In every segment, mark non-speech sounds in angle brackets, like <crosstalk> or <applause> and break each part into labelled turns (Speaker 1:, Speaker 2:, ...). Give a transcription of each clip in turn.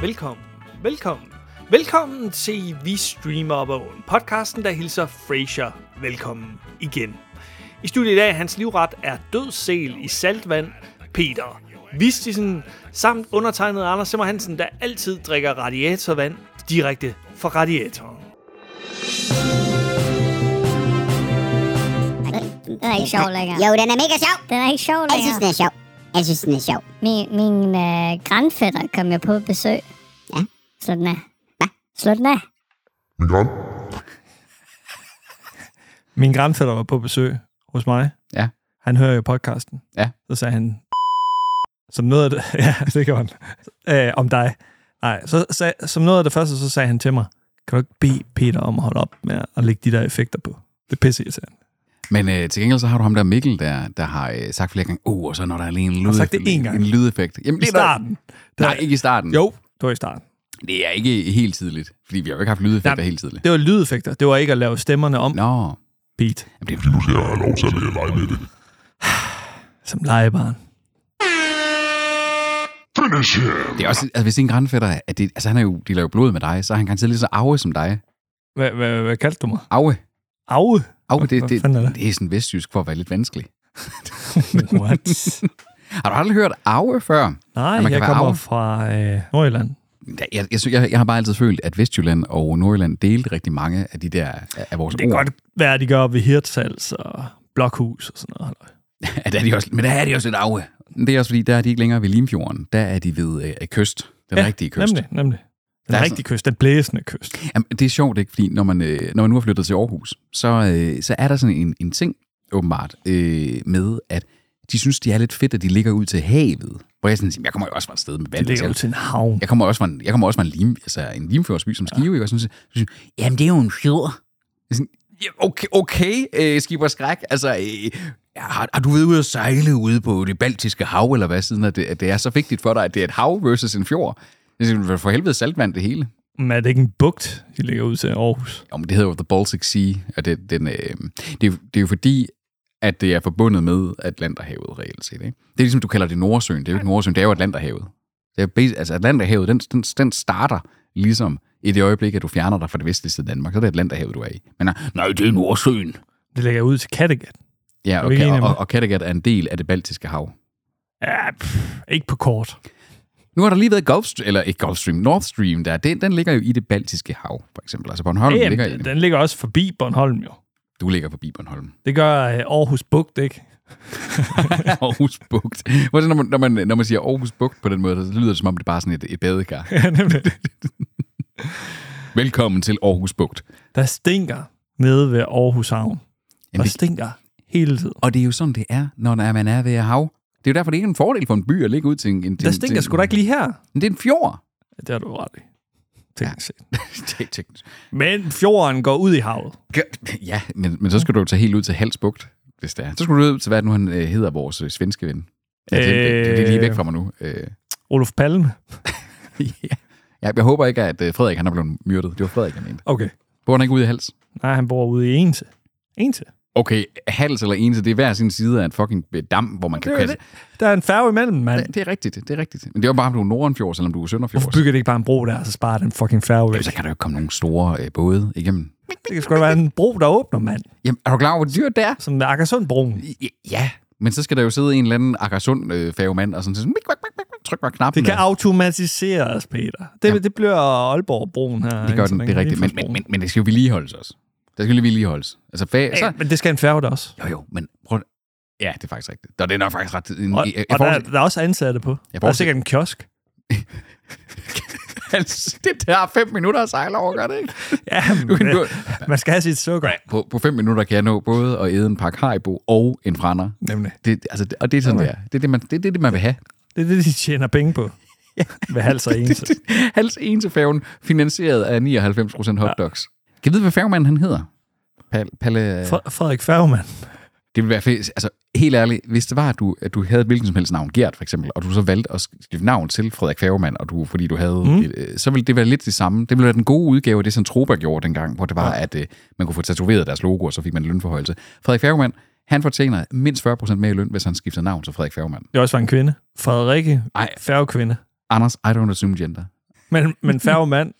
Speaker 1: Velkommen, velkommen, velkommen til Vi Streamer op ad Åen, podcasten, der hilser Frasier velkommen igen. I studiet i dag, hans livret er dødsel i saltvand, Peter Vistisen, samt undertegnet Anders Simmer Hansen, der altid drikker radiatorvand direkte fra radiatoren.
Speaker 2: Den er ikke sjov længere.
Speaker 3: Jo, den er mega sjov.
Speaker 2: Den er ikke sjov
Speaker 3: Jeg synes,
Speaker 2: længere.
Speaker 3: den er sjov. Jeg synes, den er sjov.
Speaker 2: Min, min øh, grandfætter kom jeg på besøg.
Speaker 3: Ja.
Speaker 2: Slå den af. Hvad? Slå den af.
Speaker 4: Min gran,
Speaker 5: Min grandfætter var på besøg hos mig.
Speaker 6: Ja.
Speaker 5: Han hører jo podcasten.
Speaker 6: Ja.
Speaker 5: Så sagde han, som noget af det, <laughs> ja, det gjorde han, øh, om dig. Nej, så sag, som noget af det første, så sagde han til mig, kan du ikke bede Peter om at holde op med at lægge de der effekter på? Det er pisse irriterende.
Speaker 6: Men øh, til gengæld så har du ham der Mikkel, der, der har øh, sagt flere gange, oh, og så når der er lige en, lyd,
Speaker 5: Har sagt det én gang.
Speaker 6: en lydeffekt. Jamen,
Speaker 5: I
Speaker 6: det er der-
Speaker 5: starten. Der,
Speaker 6: Nej, ikke i starten.
Speaker 5: Jo, det var i starten.
Speaker 6: Det er ikke helt tidligt, fordi vi har jo ikke haft lydeffekter
Speaker 5: Nej.
Speaker 6: helt tidligt.
Speaker 5: Det var lydeffekter. Det var ikke at lave stemmerne om.
Speaker 6: Nå,
Speaker 5: Beat.
Speaker 6: Jamen, det,
Speaker 4: fordi du siger, at jeg har lov til at lade lege med det.
Speaker 5: Som legebarn.
Speaker 4: Finish him!
Speaker 6: det er også, altså hvis en grandfætter, at det, altså han er jo, de laver blod med dig, så er han garanteret lige så arve som dig.
Speaker 5: Hvad, hvad, hvad kaldte du mig?
Speaker 6: Arve.
Speaker 5: Auge?
Speaker 6: Arve,
Speaker 5: Hvad-
Speaker 6: det,
Speaker 5: hvad
Speaker 6: det,
Speaker 5: fanden er det?
Speaker 6: <laughs> det, er sådan vestjysk for at være lidt vanskelig.
Speaker 5: What?
Speaker 6: Har du aldrig hørt arve før?
Speaker 5: Nej,
Speaker 6: Ja, man kan
Speaker 5: jeg
Speaker 6: være
Speaker 5: kommer
Speaker 6: arve.
Speaker 5: fra øh, Nordjylland.
Speaker 6: Jeg, jeg, jeg, sy- jeg, jeg har bare altid følt, at Vestjylland og Nordjylland delte rigtig mange af de der af- af vores
Speaker 5: Det kan
Speaker 6: ord.
Speaker 5: godt være, at de gør op ved Hirtshals og Blokhus og sådan noget.
Speaker 6: Ja, der er de også, men der er de også lidt af. Det er også fordi, der er de ikke længere ved Limfjorden. Der er de ved øh, kyst. Den ja, rigtige kyst.
Speaker 5: Nemlig, nemlig. Den
Speaker 6: Der er
Speaker 5: rigtige kyst, den blæsende kyst.
Speaker 6: Jamen, det er sjovt, ikke? Fordi når man, øh, når man nu har flyttet til Aarhus, så, øh, så er der sådan en, en ting, åbenbart, øh, med at de synes, de er lidt fedt, at de ligger ud til havet. Hvor jeg sådan siger, jeg kommer jo også fra et sted med
Speaker 5: Den
Speaker 6: vand.
Speaker 5: ligger ud
Speaker 6: til.
Speaker 5: til en havn.
Speaker 6: Jeg kommer også fra en, jeg kommer også fra en, lim, altså en limfjordsby som Skive, ja. og sådan, så synes, jeg, jamen det er jo en fjord. Jeg er Sådan, ja, okay, okay øh, skib og skræk. Altså, øh, har, har, du været ude at sejle ude på det baltiske hav, eller hvad, siden at det, at det er så vigtigt for dig, at det er et hav versus en fjord? Jeg siger, for helvede saltvand det hele.
Speaker 5: Men er det ikke en bugt, de ligger ud til Aarhus?
Speaker 6: Jo, men det hedder jo The Baltic Sea, og det, den, øh, det, er jo- det er jo fordi, at det er forbundet med Atlanterhavet reelt set. Ikke? Det er ligesom, du kalder det Nordsøen. Det er jo ikke Nordsøen, det er jo Atlanterhavet. Det er, bas- altså Atlanterhavet, den, den, den starter ligesom i det øjeblik, at du fjerner dig fra det vestlige side af Danmark. Så er det Atlanterhavet, du er i. Men ah, nej, det er Nordsøen.
Speaker 5: Det ligger ud til Kattegat.
Speaker 6: Ja,
Speaker 5: Er
Speaker 6: og,
Speaker 5: vi ikke enige
Speaker 6: Ka-
Speaker 5: om
Speaker 6: og,
Speaker 5: det?
Speaker 6: og Kattegat er en del af det baltiske hav.
Speaker 5: Ja, pff, ikke på kort.
Speaker 6: Nu har der lige været Gulfstream, eller ikke Gulfstream, Nord Stream der. Den, den ligger jo i det baltiske hav, for eksempel. Altså Bornholm
Speaker 5: Jamen,
Speaker 6: ligger i
Speaker 5: den,
Speaker 6: det.
Speaker 5: den ligger også forbi Bornholm jo.
Speaker 6: Du ligger forbi Bornholm.
Speaker 5: Det gør øh, Aarhus Bugt, ikke?
Speaker 6: <laughs>
Speaker 5: <laughs>
Speaker 6: Aarhus Bugt. Hvor er det, Når man, når, man, når man siger Aarhus Bugt på den måde, så lyder det som om, det bare er sådan et, et badekar.
Speaker 5: Ja, nemlig.
Speaker 6: Velkommen til Aarhus Bugt.
Speaker 5: Der stinker nede ved Aarhus Havn.
Speaker 6: Jamen,
Speaker 5: Der
Speaker 6: det,
Speaker 5: stinker hele tiden.
Speaker 6: og det er jo sådan, det er, når der er- man er ved et hav. Det er jo derfor, det er ikke en fordel for en by at ligge ud til en... en
Speaker 5: Der
Speaker 6: til-
Speaker 5: stinker
Speaker 6: til-
Speaker 5: sgu da ikke lige her.
Speaker 6: Men Det er en fjord. <laughs>
Speaker 5: Ja, det har du ret i. Teknisk set.
Speaker 6: Det er teknisk.
Speaker 5: Men fjorden går ud i havet.
Speaker 6: Gør- ja, men, men så skal du jo tage helt ud til Hals Bugt, hvis det er. Så skal du ud til, hvad nu han øh, hedder, vores øh, svenske ven. Ja, det, det, det, det er lige væk fra mig nu.
Speaker 5: <laughs>
Speaker 6: Øh,
Speaker 5: Olof Palme.
Speaker 6: ja. Jeg, jeg håber ikke, at øh, Frederik han er blevet myrdet. Det var Frederik, jeg mente.
Speaker 5: Okay.
Speaker 6: Bor han ikke ude i Hals?
Speaker 5: Nej, han bor ude i Ense. Ense.
Speaker 6: Okay, hals eller eneste, det er hver sin side af en fucking øh, dam, hvor man kan
Speaker 5: Det er jo
Speaker 6: kaste.
Speaker 5: det. Der er en færge imellem, mand.
Speaker 6: Det, det er rigtigt, det er rigtigt. Men det er jo bare, om du er Nordenfjords, eller om du er
Speaker 5: Hvorfor
Speaker 6: Sønderfjords.
Speaker 5: bygger det ikke bare en bro der, og så sparer den fucking færge væk?
Speaker 6: Jamen, så kan der jo ikke komme nogle store øh, både igennem.
Speaker 5: Det kan sgu da være en bro, der åbner, mand.
Speaker 6: Jamen, er du klar over, hvor dyrt det er?
Speaker 5: Som Akkersundbroen.
Speaker 6: Ja, Ja, men så skal der jo sidde en eller anden Akersund øh, færgemand, og sådan, sådan mik, mik, mik, mik, mik, tryk bare knappen.
Speaker 5: Det kan
Speaker 6: der.
Speaker 5: automatiseres, Peter. Det, ja. det bliver Aalborg-broen her.
Speaker 6: det gør
Speaker 5: indtil
Speaker 6: den, det er rigtigt. Men, men, men, men det skal jo vedligeholdes også. Det skal jo vedligeholdes. Altså, fag,
Speaker 5: Ja,
Speaker 6: så,
Speaker 5: men det skal en færge da også.
Speaker 6: jo, jo, men prøv, Ja, det er faktisk rigtigt. Nå, det er nok faktisk ret... En,
Speaker 5: Og,
Speaker 6: jeg, jeg,
Speaker 5: og der, er-
Speaker 6: forestiller-
Speaker 5: der er også ansatte på. Der er
Speaker 6: forestiller-
Speaker 5: sikkert en
Speaker 6: <laughs>
Speaker 5: kiosk.
Speaker 6: Altså, det tager fem minutter at sejle over, gør det ikke?
Speaker 5: Ja,
Speaker 6: Du kan,
Speaker 5: men,
Speaker 6: du,
Speaker 5: <laughs> man skal have sit sukker.
Speaker 6: på, på fem minutter kan jeg nå både at æde en pakke haribo og en frander.
Speaker 5: Nemlig.
Speaker 6: Det, altså, det, og det er sådan, okay. det er. Det er det, man, det, det er det, man vil <laughs> have.
Speaker 5: Det er det, de tjener penge
Speaker 6: <laughs>
Speaker 5: på. Ved hals og ense.
Speaker 6: Hals ensefærgen, finansieret af 99% hotdogs. Kan jeg vide, hvad færgemanden han hedder? Pal, Palle,
Speaker 5: Fre- Frederik Færgemann.
Speaker 6: det ville være fedt. Altså, helt ærligt, hvis det var, at du, at du havde et hvilken som helst navn, Gert for eksempel, og du så valgte at skifte navn til Frederik Færgemand, og du, fordi du havde, mm. et, øh, så ville det være lidt det samme. Det ville være den gode udgave af det, som Troberg gjorde dengang, hvor det var, ja. at øh, man kunne få tatoveret deres logo, og så fik man en lønforhøjelse. Frederik Færgemand, han fortjener mindst 40% mere i løn, hvis han skifter navn til Frederik Færgemand.
Speaker 5: Det også var en kvinde. Frederikke.
Speaker 6: Ej.
Speaker 5: Færgekvinde.
Speaker 6: Anders, I don't assume gender.
Speaker 5: Men,
Speaker 6: <laughs>
Speaker 5: men færgemand,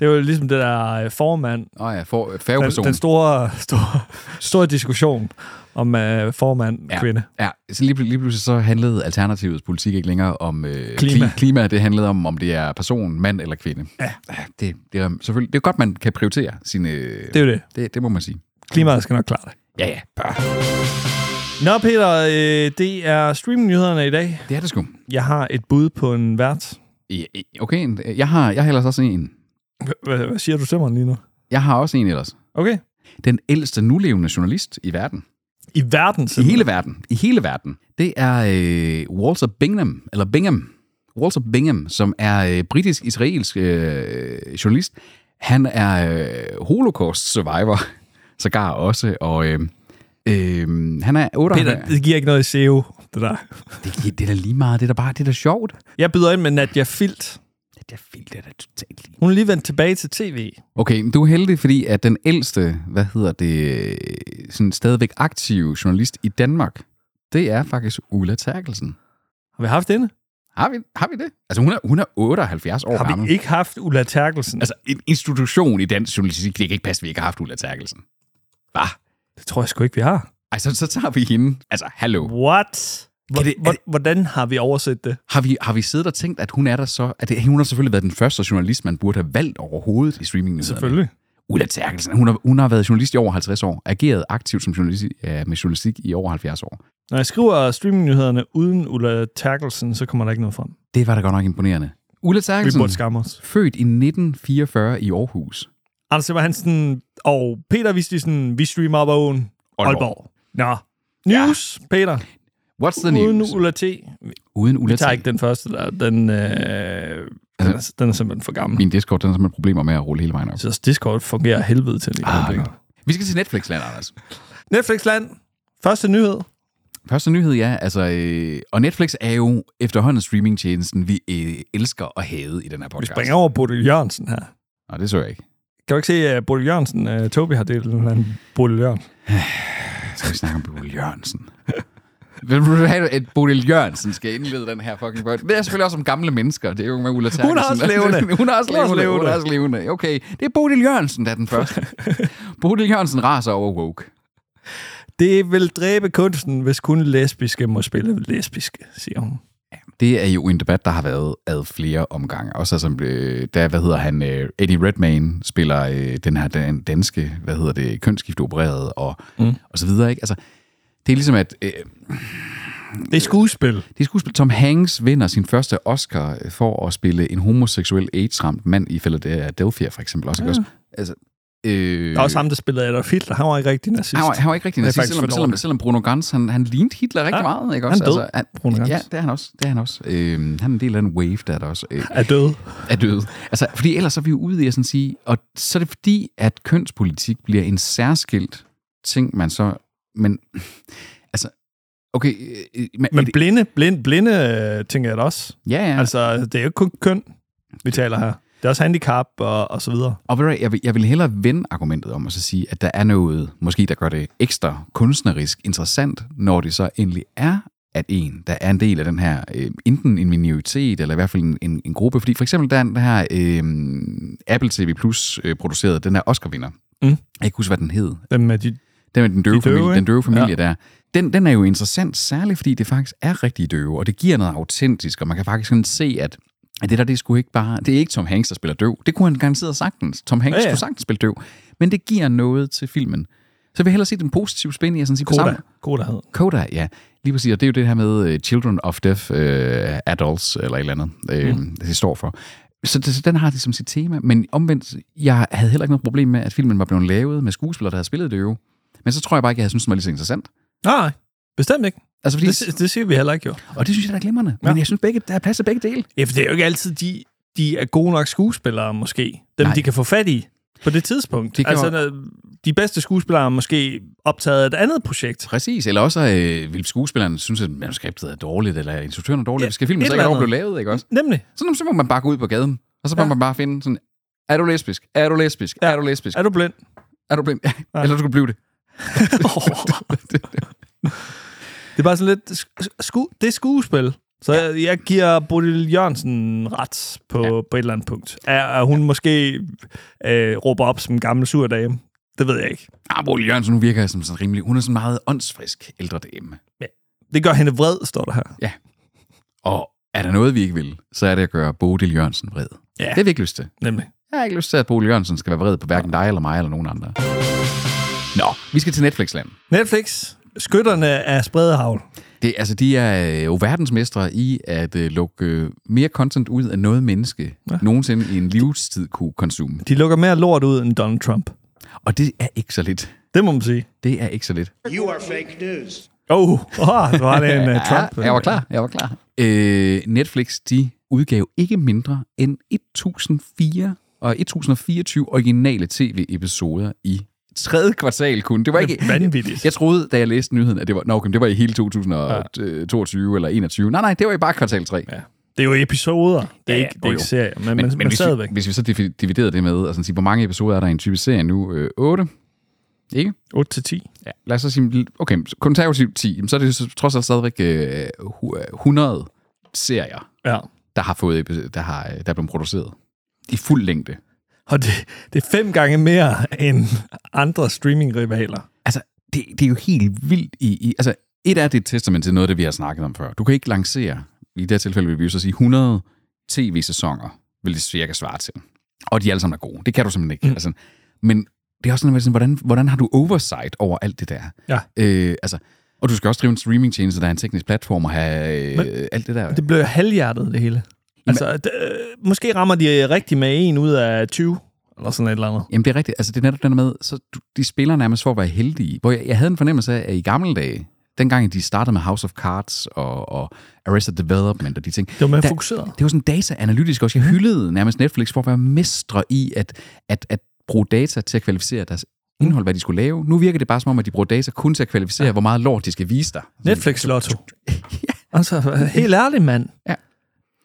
Speaker 5: det er jo ligesom det der øh, formand.
Speaker 6: Nå ja, for, øh,
Speaker 5: Den,
Speaker 6: færgeperson.
Speaker 5: den store, store, store diskussion om øh, formand ja. kvinde.
Speaker 6: Ja, så lige, pl- lige pludselig så handlede Alternativets politik ikke længere om øh,
Speaker 5: Klima.
Speaker 6: klima. klima. Det handlede om, om det er person, mand eller kvinde. Ja. Det, det, er, selvfølgelig, det er godt, man kan prioritere sine... øh,
Speaker 5: Det er jo det.
Speaker 6: det, det må man sige.
Speaker 5: Klimaet skal nok klare det.
Speaker 6: Ja, ja.
Speaker 5: Nå Peter, øh, det er streamingnyhederne i dag.
Speaker 6: Det er det sgu.
Speaker 5: Jeg har et bud på en vært.
Speaker 6: Ja, Okay, en- jeg har, jeg har ellers også en.
Speaker 5: H- Hvad hvad siger du til mig lige nu?
Speaker 6: Jeg har også en ellers.
Speaker 5: Okay.
Speaker 6: Den ældste nulevende journalist i verden.
Speaker 5: I verden
Speaker 6: I
Speaker 5: simpelthen.
Speaker 6: hele verden. I hele verden. Det er øh, Walter Bingham, eller Bingham. Walter Bingham, som er øh, britisk-israelsk øh, journalist. Han er øh, holocaust-survivor, <laughs> sågar også, og øh, øh, han er 8.
Speaker 5: Peter, det giver ikke noget i SEO, det der.
Speaker 6: det, det er da lige meget, det er da bare, det er da sjovt.
Speaker 5: Jeg byder ind med Nadia Filt.
Speaker 6: Det er da vildt, det er da totalt lige.
Speaker 5: Hun er lige vendt tilbage til tv.
Speaker 6: Okay, men du er heldig, fordi at den ældste, hvad hedder det, øh, sådan stadigvæk aktive journalist i Danmark, det er faktisk Ulla Terkelsen.
Speaker 5: Har vi haft hende?
Speaker 6: Har vi, har vi det? Altså, hun er, hun er 78 år
Speaker 5: Har
Speaker 6: gammel.
Speaker 5: vi ikke haft Ulla Terkelsen? Altså,
Speaker 6: Altså, en institution i dansk journalistik, det kan ikke passe, at vi ikke har haft Ulla Terkelsen. Hva?
Speaker 5: det tror jeg sgu ikke, vi har.
Speaker 6: Ej, så, så tager vi hende. Altså, hallo.
Speaker 5: What? Hvor,
Speaker 6: Kan det-
Speaker 5: det,
Speaker 6: er
Speaker 5: hvor,
Speaker 6: det-
Speaker 5: Hvordan har vi overset det?
Speaker 6: Har vi, har vi siddet og tænkt, at hun er der så... At det, hun har selvfølgelig været den første journalist, man burde have valgt overhovedet i streamingen. Ulla Terkelsen, hun har, hun har været journalist i over 50 år. Ageret aktivt som journalist, i- øh, med journalistik i over 70 år.
Speaker 5: Når jeg skriver streamingnyhederne uden Ulla Terkelsen, så kommer der ikke noget frem.
Speaker 6: Det var da godt nok imponerende. Ulla
Speaker 5: Vi
Speaker 6: Terkelsen,
Speaker 5: burde skamme os.
Speaker 6: født i 1944 i Aarhus.
Speaker 5: Anders Simmer Hansen og Peter Vistisen, vi streamer op ad åen.
Speaker 6: Aalborg.
Speaker 5: Aalborg. Nå. News, ja. Peter.
Speaker 6: What's the
Speaker 5: Uden
Speaker 6: news?
Speaker 5: Ulla T.
Speaker 6: Uden Ulla
Speaker 5: Jeg tager ikke
Speaker 6: Terkelsen.
Speaker 5: den første der. Den, øh, den, er, den er simpelthen for gammel.
Speaker 6: Min Discord, den har simpelthen problemer med at rulle hele vejen op.
Speaker 5: Så Discord fungerer af helvede til lige.
Speaker 6: Ah,
Speaker 5: Ah,
Speaker 6: nå. Vi skal til Netflix-land, Anders.
Speaker 5: Netflix-land. Første nyhed.
Speaker 6: Første nyhed, ja. Altså, øh, og Netflix er jo efterhånden streamingtjenesten, vi øh, elsker og hade i den her
Speaker 5: Vi
Speaker 6: podcast.
Speaker 5: springer over Bodil Jørgensen her.
Speaker 6: Nej, det så jeg ikke.
Speaker 5: Kan du ikke se, at Bodil Jørgensen, uh, Tobi har delt en eller anden Bodil Jørgensen?
Speaker 6: Så vi snakker om Bodil Jørgensen. Vil du have, at Bodil Jørgensen skal indlede den her fucking podcast? Det er selvfølgelig også om gamle mennesker. Det er jo med Ulla Terkelsen.
Speaker 5: Hun er også levende.
Speaker 6: <laughs> Hun er også
Speaker 5: Hun er også
Speaker 6: levende. Hun er
Speaker 5: levende.
Speaker 6: også levende. Okay, det er Bodil Jørgensen, der er den
Speaker 5: <laughs>
Speaker 6: første. Bodil Jørgensen raser over woke.
Speaker 5: Det vil dræbe kunsten, hvis kun lesbiske må spille lesbiske, siger hun.
Speaker 6: Det er jo en debat, der har været ad flere omgange. Også som, øh, der, hvad hedder han, øh, Eddie Redmayne spiller øh, den her dan- danske, hvad hedder det, kønsskiftopereret og, mm. og så videre, ikke? Altså, det er ligesom, at øh,
Speaker 5: Det er skuespil.
Speaker 6: det er skuespil, Tom Hanks vinder sin første Oscar øh, for at spille en homoseksuel AIDS-ramt mand i Philadelphia, for eksempel. Også, ja. også? Altså, øh,
Speaker 5: Ah. Der er også ham, der spillede Adolf Hitler. Han var ikke rigtig nazist.
Speaker 6: Han var, han var ikke rigtig
Speaker 5: Det er
Speaker 6: nazist,
Speaker 5: faktisk
Speaker 6: selvom,
Speaker 5: for
Speaker 6: selvom,
Speaker 5: dårligt.
Speaker 6: selvom Bruno Gans, han, han lignede Hitler rigtig
Speaker 5: Ja,
Speaker 6: ja, meget. Ikke?
Speaker 5: han
Speaker 6: Også, Altså,
Speaker 5: død,
Speaker 6: han,
Speaker 5: Bruno Gans.
Speaker 6: Ja, det er han også. Det er han, også. Øh, han er en del af en wave, der er der også. Øh,
Speaker 5: Er død.
Speaker 6: er døde. Altså, fordi ellers er vi jo ude i at sådan sige, og så er det fordi, at kønspolitik bliver en særskilt ting, man så, men, <laughs> altså, okay, øh, men,
Speaker 5: Men blinde, blinde, blinde, øh, tænker jeg da også.
Speaker 6: ja, ja,
Speaker 5: Ja. Altså, det er jo ikke kun køn, vi taler her. Det er også handicap og, og så videre.
Speaker 6: og ved du hvad, jeg vil, jeg vil hellere vende argumentet om at så sige, at der er noget, måske der gør det ekstra kunstnerisk interessant, når det så endelig er, at en, der er en del af den her, øh, enten en minoritet, eller i hvert fald en, en, en gruppe, fordi for eksempel der er den her øh, Apple TV Plus øh, produceret, den her Oscar-vinder,
Speaker 5: Mm.
Speaker 6: jeg kan ikke huske, hvad den hed.
Speaker 5: Dem med de,
Speaker 6: Den med den døve,
Speaker 5: De døve,
Speaker 6: døve familie, den
Speaker 5: ikke?
Speaker 6: døve familie ja. der. Den, den er jo interessant, særligt fordi det faktisk er rigtig døve, og det giver noget autentisk, og man kan faktisk sådan se, at at det der, det er sgu ikke bare... Det er ikke Tom Hanks, der spiller døv. Det kunne han garanteret sagtens. Tom Hanks
Speaker 5: Ja,
Speaker 6: ja,
Speaker 5: ja.
Speaker 6: ja. kunne sagtens spille døv. Men det giver noget til filmen. Så jeg vil hellere se den positive spænding, jeg sådan sige på
Speaker 5: Koda.
Speaker 6: samme...
Speaker 5: Koda hed.
Speaker 6: Koda, ja. Lige præcis, og det er jo det her med øh, Children of Deaf øh, Adults, eller et eller andet, øh, mm. det står for. Så, det, så den har ligesom sit tema, men omvendt, jeg havde heller ikke noget problem med, at filmen var blevet lavet med skuespillere, der havde spillet det jo. Men så tror jeg bare ikke, jeg havde syntes, den var lige så interessant.
Speaker 5: Nej, bestemt ikke.
Speaker 6: Altså, fordi,
Speaker 5: Det, si- det siger vi heller ikke, jo.
Speaker 6: og det synes jeg, der er glimrende. Ja. Men jeg synes, begge, der er plads til begge dele.
Speaker 5: Ja, for det er jo ikke altid, de, de er gode nok skuespillere, måske. Dem, Nej.
Speaker 6: Nej.
Speaker 5: de kan få fat i på det tidspunkt.
Speaker 6: Det kan
Speaker 5: altså,
Speaker 6: jo-
Speaker 5: når- de bedste skuespillere er måske optaget af et andet projekt.
Speaker 6: Præcis, eller også øh, vil skuespilleren synes, at manuskriptet er dårligt, eller instruktøren er dårlig.
Speaker 5: Ja,
Speaker 6: Ja, skal filmen
Speaker 5: et
Speaker 6: så ikke
Speaker 5: eller
Speaker 6: have lov at
Speaker 5: andet.
Speaker 6: blive lavet, ikke også?
Speaker 5: Nemlig,
Speaker 6: Så, så må man bare gå ud på gaden, og så må
Speaker 5: Ja.
Speaker 6: man bare finde sådan, er du lesbisk? Er du lesbisk?
Speaker 5: Ja.
Speaker 6: Er du lesbisk?
Speaker 5: er du <laughs> blind?
Speaker 6: Er du blind? <laughs> Eller du skulle blive det.
Speaker 5: det er bare sådan lidt... sk- Sku, det er skuespil. Så jeg, jeg giver Bodil Jørgensen ret på, ja. på et eller andet punkt. Er, er hun ja. måske øh, råber op som en gammel sur dame? Det ved jeg ikke.
Speaker 6: <laughs> Ah, Ole Jørgensen, hun virker som sådan rimelig... Hun er sådan meget åndsfrisk ældre dame.
Speaker 5: Det gør hende vred, står der her.
Speaker 6: Og er der noget, vi ikke vil, så er det at gøre Bodil Jørgensen vred.
Speaker 5: Ja.
Speaker 6: Det har vi ikke lyst til.
Speaker 5: Nemlig.
Speaker 6: Jeg har ikke lyst til, at Bodil Jørgensen skal være vred på hverken dig eller mig eller nogen andre. Nå, vi skal til Netflix-land.
Speaker 5: Netflix. Skytterne af spredehavl.
Speaker 6: Det, altså, de er øh, jo verdensmestre i at øh, lukke øh, mere content ud af noget menneske, ja. nogensinde i en livstid kunne konsume.
Speaker 5: De lukker mere lort ud end Donald Trump.
Speaker 6: Og det er ikke så lidt.
Speaker 5: Det må man sige.
Speaker 6: Det er ikke så lidt.
Speaker 7: You are fake news.
Speaker 5: Åh, oh, oh, du har
Speaker 6: <laughs>
Speaker 5: det en uh, Trump.
Speaker 6: Ja, jeg var klar, jeg var klar. Øh, Netflix, de udgav ikke mindre end 1004 og 1024 originale tv-episoder i tredje kvartal kun. Det var ikke...
Speaker 5: Vanvittigt.
Speaker 6: Jeg troede, da jeg læste nyheden, at det var, nå, okay, men det var i hele 2022 ja. eller 21. Nej, nej, det var i bare kvartal 3. Ja.
Speaker 5: Det er jo episoder. Det er
Speaker 6: Ja,
Speaker 5: ikke, det er
Speaker 6: jo,
Speaker 5: ikke
Speaker 6: jo.
Speaker 5: serier, men, men, men, men
Speaker 6: hvis, vi,
Speaker 5: stadigvæk.
Speaker 6: hvis vi så divi- dividerede det med, og sådan sige, hvor mange episoder er der i en type serie nu? Øh, 8? Ikke?
Speaker 5: 8-10.
Speaker 6: Ja. Lad os så sige, okay, så konservativt 10, jamen, så er det så, trods alt stadigvæk øh, hu- øh, 100 serier,
Speaker 5: Ja.
Speaker 6: der har fået, epi- der, har, øh, der er blevet produceret i fuld længde.
Speaker 5: Og det, det er fem gange mere end andre streamingrivaler.
Speaker 6: Altså, det, det er jo helt vildt i, i... Altså, et er det er et testament til noget af det, vi har snakket om før. Du kan ikke lancere, i det her tilfælde vil vi jo så sige, 100 tv-sæsoner, vil det cirka svare til. Og de alle sammen er gode. Det kan du simpelthen ikke. Mm. Altså, men det er også sådan, at sådan, hvordan, hvordan har du oversight over alt det der?
Speaker 5: Ja.
Speaker 6: Øh, altså, og du skal også drive en streamingtjeneste, der er en teknisk platform og have øh,
Speaker 5: Men-
Speaker 6: alt det der.
Speaker 5: Det blev halvhjertet, det hele. Altså, det, øh, måske rammer de rigtigt med en ud af 20, eller sådan et eller andet.
Speaker 6: Jamen det er rigtigt. Altså det er netop den der med, så du, de spiller nærmest for at være heldige. Hvor jeg, jeg havde en fornemmelse af, at i gamle dage, dengang de startede med House of Cards og, og Arrested Development og de ting. Det
Speaker 5: var mere fokuseret.
Speaker 6: Det var sådan dataanalytisk også. Jeg hyldede nærmest Netflix for at være mestre i at, at, at bruge data til at kvalificere deres indhold, hvad de skulle lave. Nu virker det bare som om, at de bruger data kun til at kvalificere, ja. hvor meget lort de skal vise dig. <laughs>
Speaker 5: Netflix-lotto. Altså, helt ærligt, mand.
Speaker 6: Ja.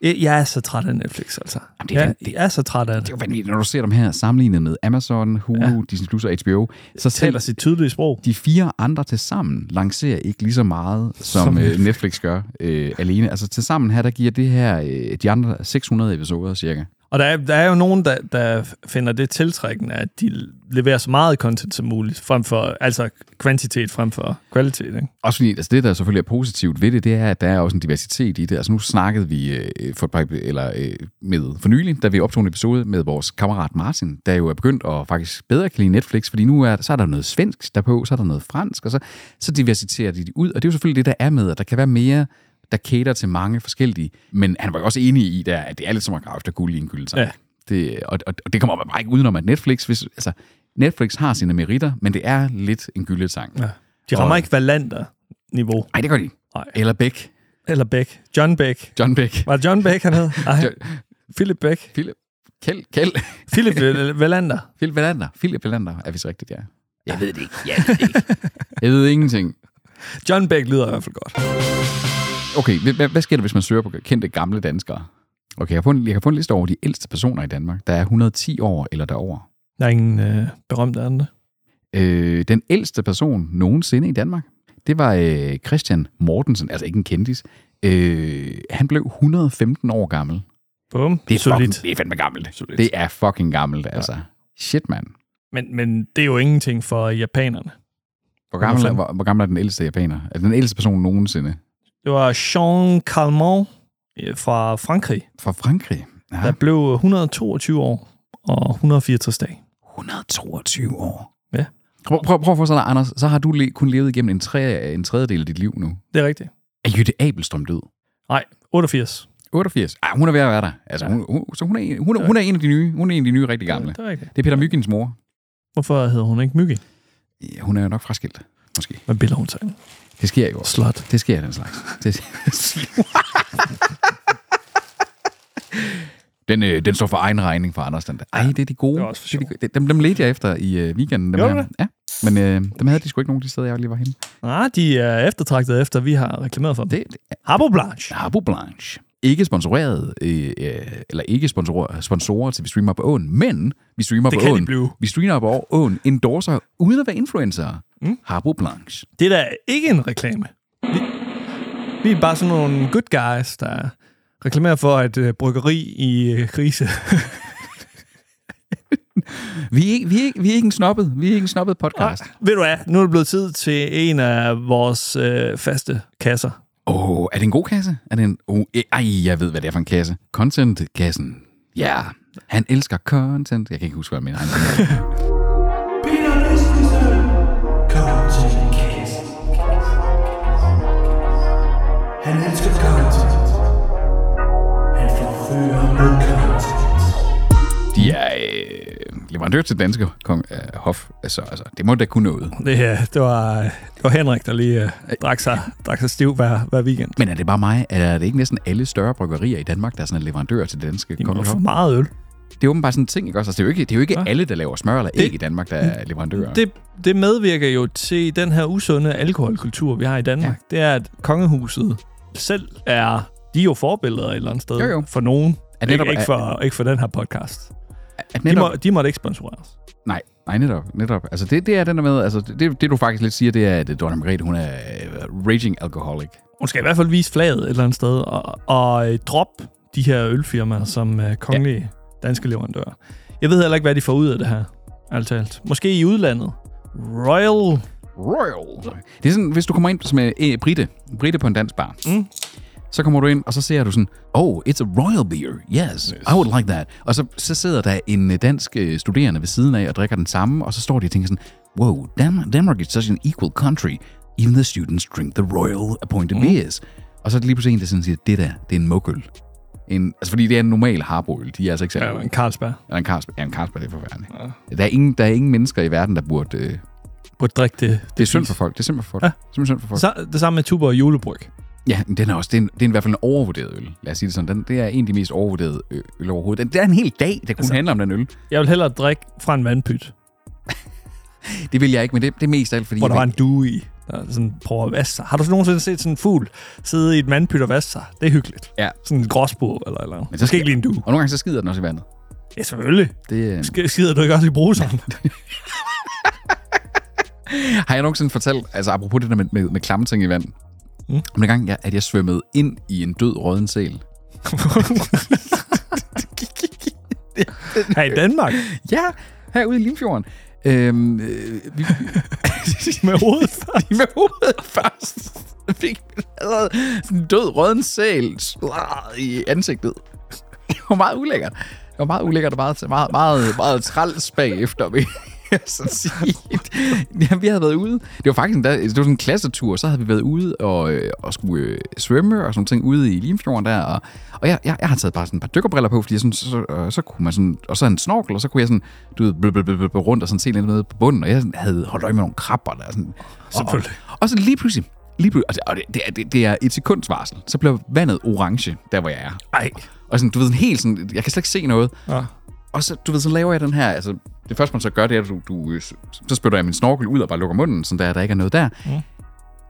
Speaker 5: Jeg jeg er så træt af Netflix, altså.
Speaker 6: det er
Speaker 5: jeg,
Speaker 6: fan- det-
Speaker 5: jeg er så træt af
Speaker 6: Det er
Speaker 5: det.
Speaker 6: jo vanvittigt, når du ser dem her sammenlignet med Amazon, Hulu, ja. Disney Plus og HBO. Så
Speaker 5: Det
Speaker 6: selv
Speaker 5: taler sit tydelige sprog.
Speaker 6: de fire andre til sammen lancerer ikke lige så meget, som,
Speaker 5: Som
Speaker 6: som Netflix. Netflix gør øh, alene. Altså til sammen her, der giver det her, øh, de andre 600 episoder cirka.
Speaker 5: Og der er, der er jo nogen, der, der finder det tiltrækkende, at de leverer så meget content som muligt, frem for, altså kvantitet frem for kvalitet. Ikke?
Speaker 6: Også fordi, altså det, der selvfølgelig er positivt ved det, det er, at der er også en diversitet i det. Altså nu snakkede vi øh, for, et par- eller, øh, med, for nylig, da vi optog en episode med vores kammerat Martin, der jo er begyndt at faktisk bedre kan lide Netflix, fordi nu er, så er der noget svensk derpå, så er der noget fransk, og så, så diversiterer de det ud. Og det er jo selvfølgelig det, der er med, at der kan være mere der cater til mange forskellige. Men han var jo også enig i, der, at det er lidt som at grave efter guld i en gyldentank.
Speaker 5: Ja.
Speaker 6: Ja. Det, og, og, og, det kommer man bare ikke udenom, at Netflix, hvis, altså, Netflix har sine meritter, men det er lidt en gyldetang. Ja.
Speaker 5: De rammer
Speaker 6: Og-
Speaker 5: ikke Valander-niveau.
Speaker 6: Nej, det gør de ikke.
Speaker 5: Nej.
Speaker 6: Eller Bæk.
Speaker 5: Eller Beck. John Beck.
Speaker 6: John Bæk.
Speaker 5: Var det John Beck, han hed? Nej,
Speaker 6: Jo-
Speaker 5: Philip Beck.
Speaker 6: Philip. Kjeld. Kjeld.
Speaker 5: Philip Valander.
Speaker 6: Philip Velander. Philip Velander. Er vi så rigtigt, ja? Jeg ved det ikke. Jeg ved det ikke. <laughs> Jeg ved ingenting.
Speaker 5: John Beck lyder i hvert fald godt.
Speaker 6: Okay, hva- hva- hvad sker der, hvis man søger på kendte gamle danskere? Okay, jeg har fundet, jeg har fundet en liste over de ældste personer i Danmark, der er 110 år eller derover.
Speaker 5: Der er ingen øh, berømte andre.
Speaker 6: Øh, den ældste person nogensinde i Danmark, det var øh, Christian Mortensen, altså ikke en kendis. Øh, han blev 115 år gammel.
Speaker 5: Bum.
Speaker 6: Det er,
Speaker 5: Solidt.
Speaker 6: fucking, det er fandme gammelt.
Speaker 5: Solidt.
Speaker 6: Det er fucking gammelt, altså. Shit, mand.
Speaker 5: Men, men det er jo ingenting for japanerne.
Speaker 6: Hvor gammel, er,
Speaker 5: fanden?
Speaker 6: hvor, hvor gammel er den ældste japaner? Er den ældste person nogensinde?
Speaker 5: Det var Jean Calment øh, fra Frankrig,
Speaker 6: Fra Frankrig?
Speaker 5: ja. der
Speaker 6: Ja.
Speaker 5: blev 122 år og 164 dage.
Speaker 6: 122 år.
Speaker 5: Ja.
Speaker 6: Prøv, prøv, prøv at forestille dig, Anders, så har du le, kun levet igennem en, tre, en tredjedel af dit liv nu.
Speaker 5: Det er rigtigt.
Speaker 6: Er Jytte Abelstrøm død?
Speaker 5: Nej, 88.
Speaker 6: 88? Ah, hun er ved at være der. Altså, hun, hun, så hun er, en- hun, er, hun er en af de nye, hun er en af de nye rigtig gamle.
Speaker 5: Det er rigtigt.
Speaker 6: Det er Peter Myggens mor.
Speaker 5: Hvorfor hedder hun ikke Mygge?
Speaker 6: Ja, hun er jo nok fraskilt, måske.
Speaker 5: Hvad billeder hun sig?
Speaker 6: Det sker jo. også.
Speaker 5: Slot.
Speaker 6: Det sker den slags. Det... <laughs> den, øh, den står for egen regning for Anders, den der. Ej, det er de gode.
Speaker 5: Det var også for
Speaker 6: Det er de gode. dem, dem ledte jeg efter i øh, weekenden. Dem
Speaker 5: Gjorde
Speaker 6: her.
Speaker 5: du
Speaker 6: Ja. Men øh, dem havde de sgu ikke nogen de steder, jeg lige var henne.
Speaker 5: Nej, Ah, de er eftertragtet efter, vi har reklameret for dem.
Speaker 6: Det, det
Speaker 5: Harbo Blanche.
Speaker 6: er Abu Blanche. Ikke sponsoreret, øh, øh, eller ikke sponsorer, sponsorer til Vi Streamer på Åen, men Vi Streamer
Speaker 5: Det
Speaker 6: på
Speaker 5: kan de
Speaker 6: Åen.
Speaker 5: blive.
Speaker 6: Vi Streamer på Åen endorser uden at være influencer. Mm. Harbo Blanche.
Speaker 5: Det er da ikke en reklame. Vi, Vi er bare sådan nogle good guys, der reklamerer for et øh, bryggeri i øh, krise. <laughs>
Speaker 6: Vi er, ikke- vi, er, ikke- vi er ikke en snobbet, vi er ikke en snobbet podcast.
Speaker 5: Ved du hvad, nu er det blevet tid til en af vores øh, faste kasser.
Speaker 6: Åh, oh, er det en god kasse? Er det en... Oh, eh, ej, jeg ved, hvad det er for en kasse. Content-kassen. Ja, yeah. han elsker content. Jeg kan ikke huske, hvad min egen...
Speaker 7: Han elsker content. Han forfører med content.
Speaker 6: De er øh, leverandør til danske kong, øh, hof, så altså, det må da kunne noget.
Speaker 5: Det, her, det, var, øh, det var Henrik, der lige øh, drak, sig, drak sig stiv hver, hver weekend.
Speaker 6: Men er det bare mig, eller er det ikke næsten alle større bryggerier i Danmark, der er sådan en leverandør til det danske
Speaker 5: De må
Speaker 6: kong,
Speaker 5: for
Speaker 6: hof?
Speaker 5: meget øl.
Speaker 6: Det er åbenbart sådan en ting, ikke også? Altså, det er jo ikke, det er jo ikke alle, der laver smør eller æg
Speaker 5: Det-
Speaker 6: i Danmark, der er leverandører.
Speaker 5: Det, det medvirker jo til den her usunde alkoholkultur, vi har i Danmark. Ja. Det er, at kongehuset selv er... De er jo forbilleder et eller andet sted
Speaker 6: Jo, jo.
Speaker 5: for nogen.
Speaker 6: Er
Speaker 5: Netop,
Speaker 6: netop-
Speaker 5: ikke, ikke,
Speaker 6: er-
Speaker 5: for, ikke for den her podcast.
Speaker 6: at
Speaker 5: De,
Speaker 6: netop,
Speaker 5: må, de måtte ikke sponsoreres.
Speaker 6: Nej, nej, netop. netop. Altså, det, det er den der med, altså, det, det du faktisk lidt siger, det er, at øh, Donna Margrethe, hun er øh, raging alcoholic.
Speaker 5: Hun skal i hvert fald vise flaget et eller andet sted, og, og øh, drop de her ølfirmaer som øh, kongelige ja. danske leverandører. Jeg ved heller ikke, hvad de får ud af det her, alt talt. Måske i udlandet. Royal.
Speaker 6: Royal. Det er sådan, hvis du kommer ind som øh, Brite, Brite på en dansbar, mm. så kommer du ind, og så ser du sådan, oh, it's a royal beer, yes, yes. I would like that. Og så, så sidder der en øh, dansk øh, studerende ved siden af og drikker den samme, og så står de og tænker sådan, wow, Danmark, Danmark is such an equal country, even the students drink the royal appointed mm. beers. Og så er det lige pludselig en, der sådan siger, det der, det er en mukøl. En, altså fordi det er en normal harbrøl, de er altså ikke særlig
Speaker 5: Ja, en øh, Carlsberg.
Speaker 6: Eller en Carlsberg. Ja, en Carlsberg, det er forfærdeligt. Ja. Der, er ingen, der er ingen mennesker i verden, der burde... Øh, det
Speaker 5: Burde drikke det.
Speaker 6: er synd for folk. Det er simpelthen for folk. Ja. Simpelthen synd for folk. Så...
Speaker 5: Sa- det samme med Tuborg og julebryg.
Speaker 6: Ja, men den er også... Det er, en, det er i hvert fald en overvurderet øl. Lad os sige det sådan. Den, det er en af de mest overvurderede ø- øl overhovedet. Den, det er en hel dag, der kun altså... handler om den øl.
Speaker 5: Jeg vil hellere drikke fra en vandpyt,
Speaker 6: Det vil jeg ikke, men det, det er mest af alt, fordi...
Speaker 5: hvor der
Speaker 6: jeg-
Speaker 5: var en due i, der sådan prøver at vaske sig. Har du nogensinde set sådan en fugl sidde i et vandpyt og vaske sig? Det er hyggeligt.
Speaker 6: Ja.
Speaker 5: Sådan en gråsbog eller eller
Speaker 6: Men
Speaker 5: andet. Men
Speaker 6: så skal-
Speaker 5: så skal ikke lige en due.
Speaker 6: Og nogle gange så skider den også i vandet.
Speaker 5: Ja, selvfølgelig.
Speaker 6: Det, øh,
Speaker 5: Sk- Skider du ikke også i
Speaker 6: <laughs>
Speaker 5: bruseren?
Speaker 6: har jeg nogensinde fortalt, altså apropos det der med, med, med klamme ting i vand, mm. om en gang, jeg, at jeg svømmede ind i en død rådden sæl.
Speaker 5: Her i Danmark?
Speaker 6: Ja, herude i Limfjorden. Øhm, øh, vi,
Speaker 5: <laughs> Med hovedet?
Speaker 6: <laughs> lige med hovedet først. Jeg fik allerede sådan en død rødden sæl sladret i ansigtet. Det var meget ulækkert. Det var meget ulækkert og meget, meget, meget, meget træls bagefter, vil jeg så sige. Ja, vi havde været ude. Det var faktisk en, dag- det var sådan en klassetur, så havde vi været ude og, øh, og skulle øh, svømme og sådan nogle ting ude i Limfjorden der. Og, og jeg, jeg, jeg, har taget bare sådan et par dykkerbriller på, fordi jeg sådan, så, øh, så, kunne man sådan, og så en snorkel, og så kunne jeg sådan, du ved, blub, blub, blub, blub, rundt og sådan se lidt nede på bunden, og jeg sådan havde holdt øje med nogle krabber der. Sådan,
Speaker 5: Selvfølgelig.
Speaker 6: Og, og så lige pludselig, lige pludselig og det- og det, det, er- det, det er et sekunds varsel, så bliver vandet orange, der hvor jeg er.
Speaker 5: Nej.
Speaker 6: Og sådan, du ved, sådan helt sådan, jeg kan slet ikke se noget.
Speaker 5: Ja.
Speaker 6: Og så, du ved, så laver jeg den her, altså, det første man så gør, det er, at du, du øh, så- så spytter jeg min snorkel ud og bare lukker munden, sådan der, der ikke er noget der. Mm.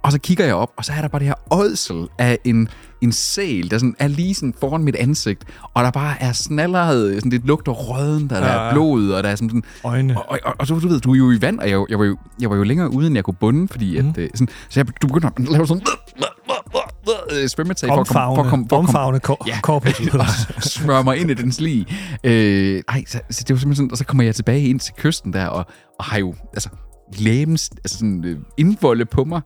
Speaker 6: Og så kigger jeg op, og så er der bare det her ådsel af en, en sæl, der sådan er lige sådan foran mit ansigt, og der bare er snallerhed, sådan det lugter røden, der, der
Speaker 5: Ja,
Speaker 6: er
Speaker 5: ja.
Speaker 6: blod, og der er sådan, sådan
Speaker 5: Øjne.
Speaker 6: og, og, og, og du, du ved, du er jo i vand, og jeg, jeg, var, jo, jeg var jo længere ude, end jeg kunne bunde, fordi mm. at, øh, sådan, så jeg, du begynder at lave sådan øh, svømmetag for at komme, for at komme,
Speaker 5: Omfavne,
Speaker 6: for at komme
Speaker 5: omfavne kor-
Speaker 6: Ja.
Speaker 5: korpus.
Speaker 6: <laughs> og smøre mig ind i den sli. Øh, ej, så, så det var simpelthen sådan, og så kommer jeg tilbage ind til kysten der, og, og har jo, altså, lægens altså sådan, øh, indvolde på mig.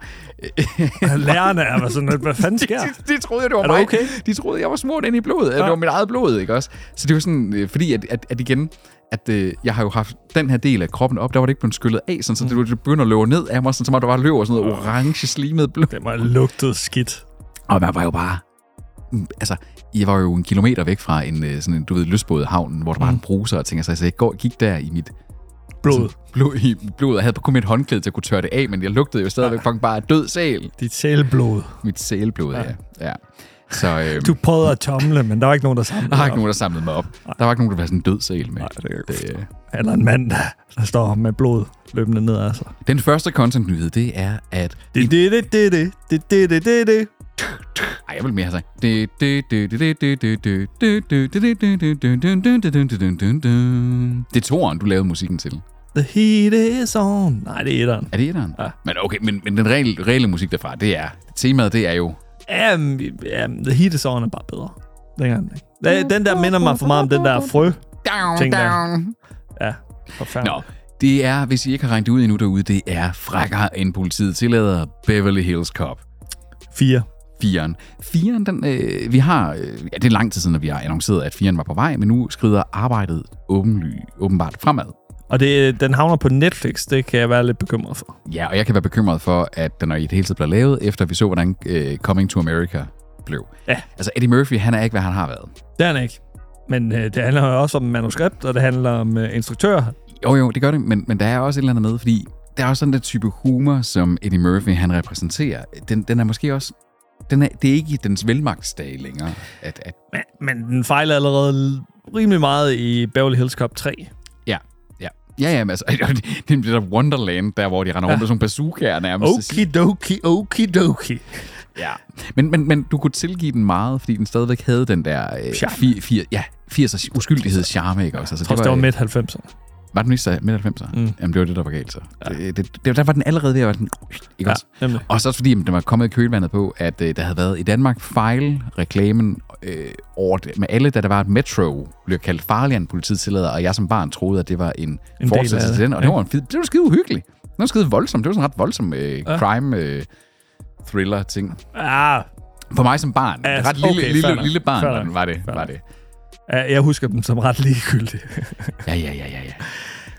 Speaker 5: Lærerne er bare sådan, at hvad fanden sker?
Speaker 6: <laughs> De, <laughs> de, de troede, det var
Speaker 5: Er du
Speaker 6: mig.
Speaker 5: okay?
Speaker 6: De troede, jeg var smurt ind i blodet. Ja. Det var mit eget blod, ikke også? Så det var sådan, øh, fordi at, at, at igen, at øh, jeg har jo haft den her del af kroppen op, der var det ikke blevet skyllet af, sådan,
Speaker 5: Mm.
Speaker 6: så det, var- det begynder at løbe ned af mig, sådan, som om der bare løber sådan noget orange slimet blod.
Speaker 5: Det var lugtet skidt.
Speaker 6: Og man var jo bare... Mm, Altså, jeg var jo en kilometer væk fra en, øh, sådan en du ved, lystbådehavnen, hvor der var en bruser, og tænker sig, så jeg går, gik der i mit
Speaker 5: Blod.
Speaker 6: blod, i blodet, og havde kun mit håndklæde til at kunne tørre det af, men jeg lugtede jo stadigvæk fucking bare af død sæl.
Speaker 5: Dit sælblod.
Speaker 6: Mit sæleblod, ja. ja. Så øh,
Speaker 5: Du prøvede at tomle, men der var ikke nogen, der samlede
Speaker 6: der var
Speaker 5: dig
Speaker 6: ikke nogen, der samlede mig op. Der var ikke nogen, der var sådan en død sæl med.
Speaker 5: det kan jeg
Speaker 6: det, øh,
Speaker 5: op. Eller en mand, der, der står med blod løbende ned af sig.
Speaker 6: den første content-nyhed, det er, at...
Speaker 5: Det, det, det, det, det, det, det, det, det, det.
Speaker 6: Ej, jeg vil mere have sagt... Det, det, det, det, det, det, det, det, det, det, det, det, det, det, det, det, det, det, det, det, det, det. Det er toeren, du lavede musikken til.
Speaker 5: The heat is on. Nej, det er etteren.
Speaker 6: Er det etteren?
Speaker 5: Ja.
Speaker 6: Men okay, men, men den reelle, reelle musik derfra, det er... Temaet, det er jo
Speaker 5: Jamen, jamen, The Heat is On er bare bedre. Dengang. Den den der minder mig for meget om den der frø.
Speaker 6: Down,
Speaker 5: Tænk dig.
Speaker 6: down.
Speaker 5: Ja, forfærdeligt.
Speaker 6: Nå, det er, hvis I ikke har regnet det ud endnu derude, det er frækkere end politiet tillader Beverly Hills Cop.
Speaker 5: Fire.
Speaker 6: Firen. Firen, den, øh, vi har, øh, ja, det er lang tid siden, at vi har annonceret, at firen var på vej, men nu skrider arbejdet åbenly, åbenbart fremad.
Speaker 5: Og det, den havner på Netflix, det kan jeg være lidt bekymret for.
Speaker 6: Ja, og jeg kan være bekymret for, at den er i det hele taget blevet lavet, efter vi så, hvordan øh, Coming to America blev.
Speaker 5: Ja.
Speaker 6: Altså, Eddie Murphy, han er ikke, hvad han har været.
Speaker 5: Det er den ikke. Men øh, det handler jo også om manuskript, og det handler om øh, instruktør.
Speaker 6: Jo, jo, det gør det, men, men der er også et eller andet med, fordi der er også sådan den type humor, som Eddie Murphy, han repræsenterer. Den, den er måske også... Den er, det er ikke i dens velmagtsdag længere. At, at,
Speaker 5: Men, men den fejler allerede l- rimelig meget i Beverly Hills Cop 3.
Speaker 6: ja, ja. Ja, ja, men altså, <laughs> det er det der Wonderland, der hvor de render rundt med sådan nogle bazookaer nærmest. og siger-
Speaker 5: Okidoki, okidoki.
Speaker 6: Ja. Men, men, men du kunne tilgive den meget, fordi den stadigvæk havde den der... Øh,
Speaker 5: Charme.
Speaker 6: fi, fi, ja, 80'ers uskyldighedscharme, ikke også? Altså,
Speaker 5: Trods det var midt 90'erne.
Speaker 6: Var den ikke midt 90'erne? Mm. Jamen, det var det, der var galt så. Ja. Det, det, det, der var den allerede ved at være sådan... Ikke
Speaker 5: Ja,
Speaker 6: også?
Speaker 5: nemlig.
Speaker 6: Og så også fordi, jamen, den var kommet i kølvandet på, at øh, der havde været i Danmark fejlreklamen øh, over det, med alle, da der var et metro, blev kaldt farligere end politiet tillader, og jeg som barn troede, at det var en,
Speaker 5: af
Speaker 6: en fortsættelse
Speaker 5: det,
Speaker 6: til den, og det var en fed, det var skide uhyggeligt. Det var skide voldsomt. Det var sådan en ret voldsom øh, ja. crime øh, thriller ting.
Speaker 5: Ah,
Speaker 6: For mig som barn.
Speaker 5: Ja,
Speaker 6: Ja, ret lille,
Speaker 5: okay,
Speaker 6: okay,
Speaker 5: fair
Speaker 6: lille,
Speaker 5: nok.
Speaker 6: lille barn
Speaker 5: Fair
Speaker 6: var
Speaker 5: nok.
Speaker 6: den- var det.
Speaker 5: Fair
Speaker 6: Var
Speaker 5: nok.
Speaker 6: det.
Speaker 5: ah, jeg husker dem som ret ligegyldige. <laughs>
Speaker 6: Ja, ja, ja, ja, ja.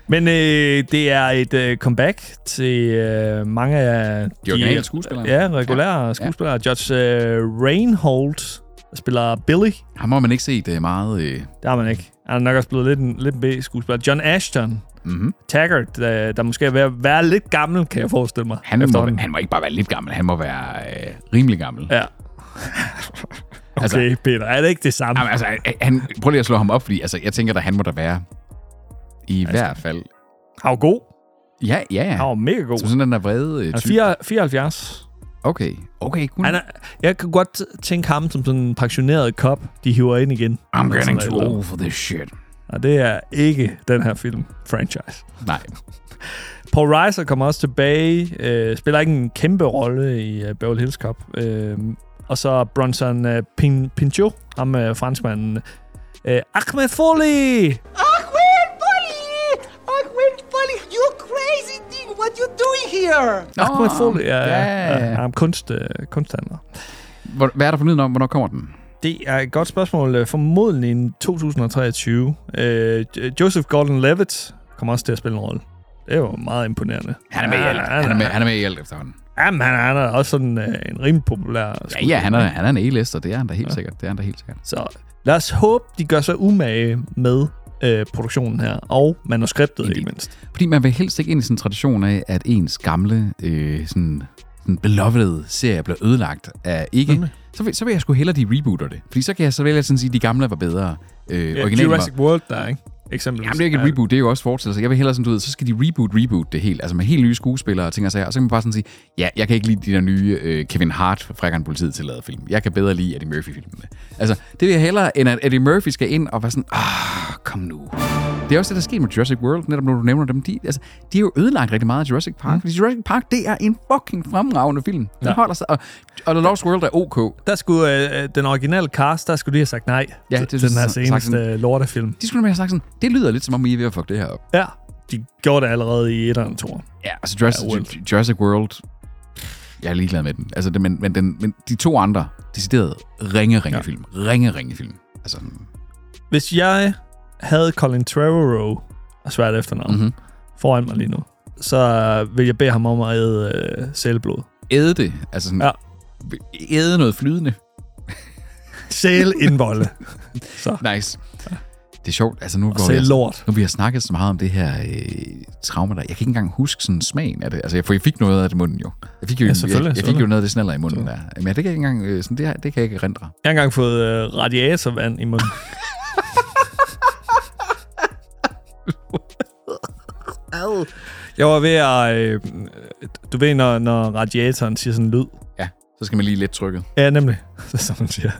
Speaker 5: Men øh, det er et øh, comeback til øh, mange af
Speaker 6: De originale skuespillere.
Speaker 5: Ja, regulære ja. skuespillere. Ja. Judge øh, Reinhold spiller Billy.
Speaker 6: Ham har man ikke set øh, meget... Øh,
Speaker 5: Det har man ikke. Han er nok også blevet lidt en, lidt en B-skuespiller. John Ashton.
Speaker 6: Mhm.
Speaker 5: Taggart, der, der måske er ved at være lidt gammel, kan jeg forestille mig.
Speaker 6: han, må,
Speaker 5: efterhånden.
Speaker 6: han må ikke bare være lidt gammel, han må være øh, rimelig gammel.
Speaker 5: Ja.
Speaker 6: Altså-
Speaker 5: Okay, altså, Peter, er det ikke det samme?
Speaker 6: Jamen, altså, han, prøv lige at slå ham op, fordi altså, jeg tænker, at han må da være i altså, hvert fald...
Speaker 5: Han var god.
Speaker 6: Ja, ja, ja.
Speaker 5: Han var mega god.
Speaker 6: Som sådan den der vrede øh,
Speaker 5: Han er
Speaker 6: type.
Speaker 5: 4- 74.
Speaker 6: Okay, okay, cool.
Speaker 5: Han er, jeg kan godt tænke ham som sådan en pensioneret kop, de hiver ind igen.
Speaker 6: I'm
Speaker 5: Sådan
Speaker 6: getting
Speaker 5: et
Speaker 6: too
Speaker 5: eller andet.
Speaker 6: old for this shit.
Speaker 5: Og det er ikke den her film-franchise.
Speaker 6: Nej,
Speaker 5: Paul Reiser kommer også tilbage, øh, spiller ikke en kæmpe rolle i øh, Beverly Hills Cop. Øh, og så Bronson øh, Pin Pinchot, ham øh, franskmanden. Øh, Ahmed Foley!
Speaker 8: Ahmed Polly! Ahmed Polly, you crazy thing! What you doing here?
Speaker 6: Nå,
Speaker 5: Ahmed Foley er,
Speaker 6: ja, ja, ja.
Speaker 5: er, er, er kunst, øh, kunsthandler.
Speaker 6: Hvor, hvad er der for nyheden om? Hvornår kommer den?
Speaker 5: Det er et godt spørgsmål. Øh, Formodentlig i 2023. Øh, Joseph Gordon-Levitt kommer også til at spille en rolle. Det var meget imponerende.
Speaker 6: Han er med i
Speaker 5: Ja,
Speaker 6: alt. Han er med, han er med i alt efterhånden.
Speaker 5: Jamen, han er, han er også sådan øh, en rimelig populær
Speaker 6: Ja, ja, han er, han er en e-lister, det er han da helt sikkert. Det er han da helt sikkert.
Speaker 5: Så lad os håbe, de gør sig umage med øh, produktionen her, og manuskriptet ikke mindst.
Speaker 6: Fordi man vil helst ikke ind i sådan en tradition af, at ens gamle, øh, sådan, sådan beloved serie bliver ødelagt af ikke... Så vil, så vil jeg sgu hellere, de rebooter det. Fordi så kan jeg så vælge at sådan sige, at de gamle var bedre. Øh, ja, originalen var...
Speaker 5: Jurassic World, der er, ikke? Eksempelvis.
Speaker 6: Jamen, det er ikke et
Speaker 5: Ja.
Speaker 6: reboot, det er jo også fortsættelse. Jeg vil hellere sådan, du ved, så skal de reboot, reboot det helt. Altså med helt nye skuespillere og ting og sager. Og så kan man bare sådan sige, ja, jeg kan ikke lide de der nye øh, Kevin Hart fra Frækkeren Politiet til lavet film. Jeg kan bedre lide Eddie Murphy-filmene. Altså, det vil jeg hellere, end at Eddie Murphy skal ind og være sådan, ah, kom nu. Det er også det, der sker med Jurassic World, netop når du nævner dem. De, altså, de er jo ødelagt rigtig meget af Jurassic Park. Fordi Jurassic Park, det er en fucking fremragende film. Den ja. holder sig, og, og The Lost World er ok.
Speaker 5: Der skulle øh, øh, den originale cast, der skulle de have sagt nej
Speaker 6: Ja,
Speaker 5: til
Speaker 6: det
Speaker 5: til den her
Speaker 6: er sådan-
Speaker 5: seneste øh, lortefilm.
Speaker 6: De skulle nemlig have sagt sådan, det lyder lidt som om, I er ved at fuck det her op.
Speaker 5: Ja, de gjorde det allerede i et eller andet tor.
Speaker 6: Ja, altså Jurassic,
Speaker 5: Ja,
Speaker 6: ja,
Speaker 5: World.
Speaker 6: World. Jurassic World, jeg er ligeglad med den. Altså, det, men, men, den, men de to andre, decideret ringe, ringe ja. film. Ringe, ringe film. Altså, sådan-
Speaker 5: Hvis jeg havde Colin Trevorrow, og svært efternavn, mm-hmm. foran mig lige nu, så vil jeg bede ham om at æde øh, sælblod.
Speaker 6: æde det. Altså, sådan,
Speaker 5: Ja.
Speaker 6: ja. æde noget flydende.
Speaker 5: Sælindvolde. så.
Speaker 6: Nice. Det er sjovt, altså nu, hvor
Speaker 5: sælge
Speaker 6: jeg,
Speaker 5: lort.
Speaker 6: nu vi har snakket så meget om det her øh, trauma der, jeg kan ikke engang huske sådan smagen af det. Altså, jeg, for jeg fik noget af det i munden jo. Jeg fik jo,
Speaker 5: Ja,
Speaker 6: jeg,
Speaker 5: selvfølgelig,
Speaker 6: jeg fik jo
Speaker 5: selvfølgelig.
Speaker 6: noget af det sneller i munden der. Men det kan jeg ikke engang, øh, sådan, det, har- det kan jeg ikke erindre.
Speaker 5: Jeg har engang fået øh, radiatorvand i munden. Jeg var ved at... Øh, du ved, når, når radiatoren siger sådan en lyd.
Speaker 6: Ja, så skal man lige let trykket.
Speaker 5: Ja, nemlig. <laughs> Så som man siger.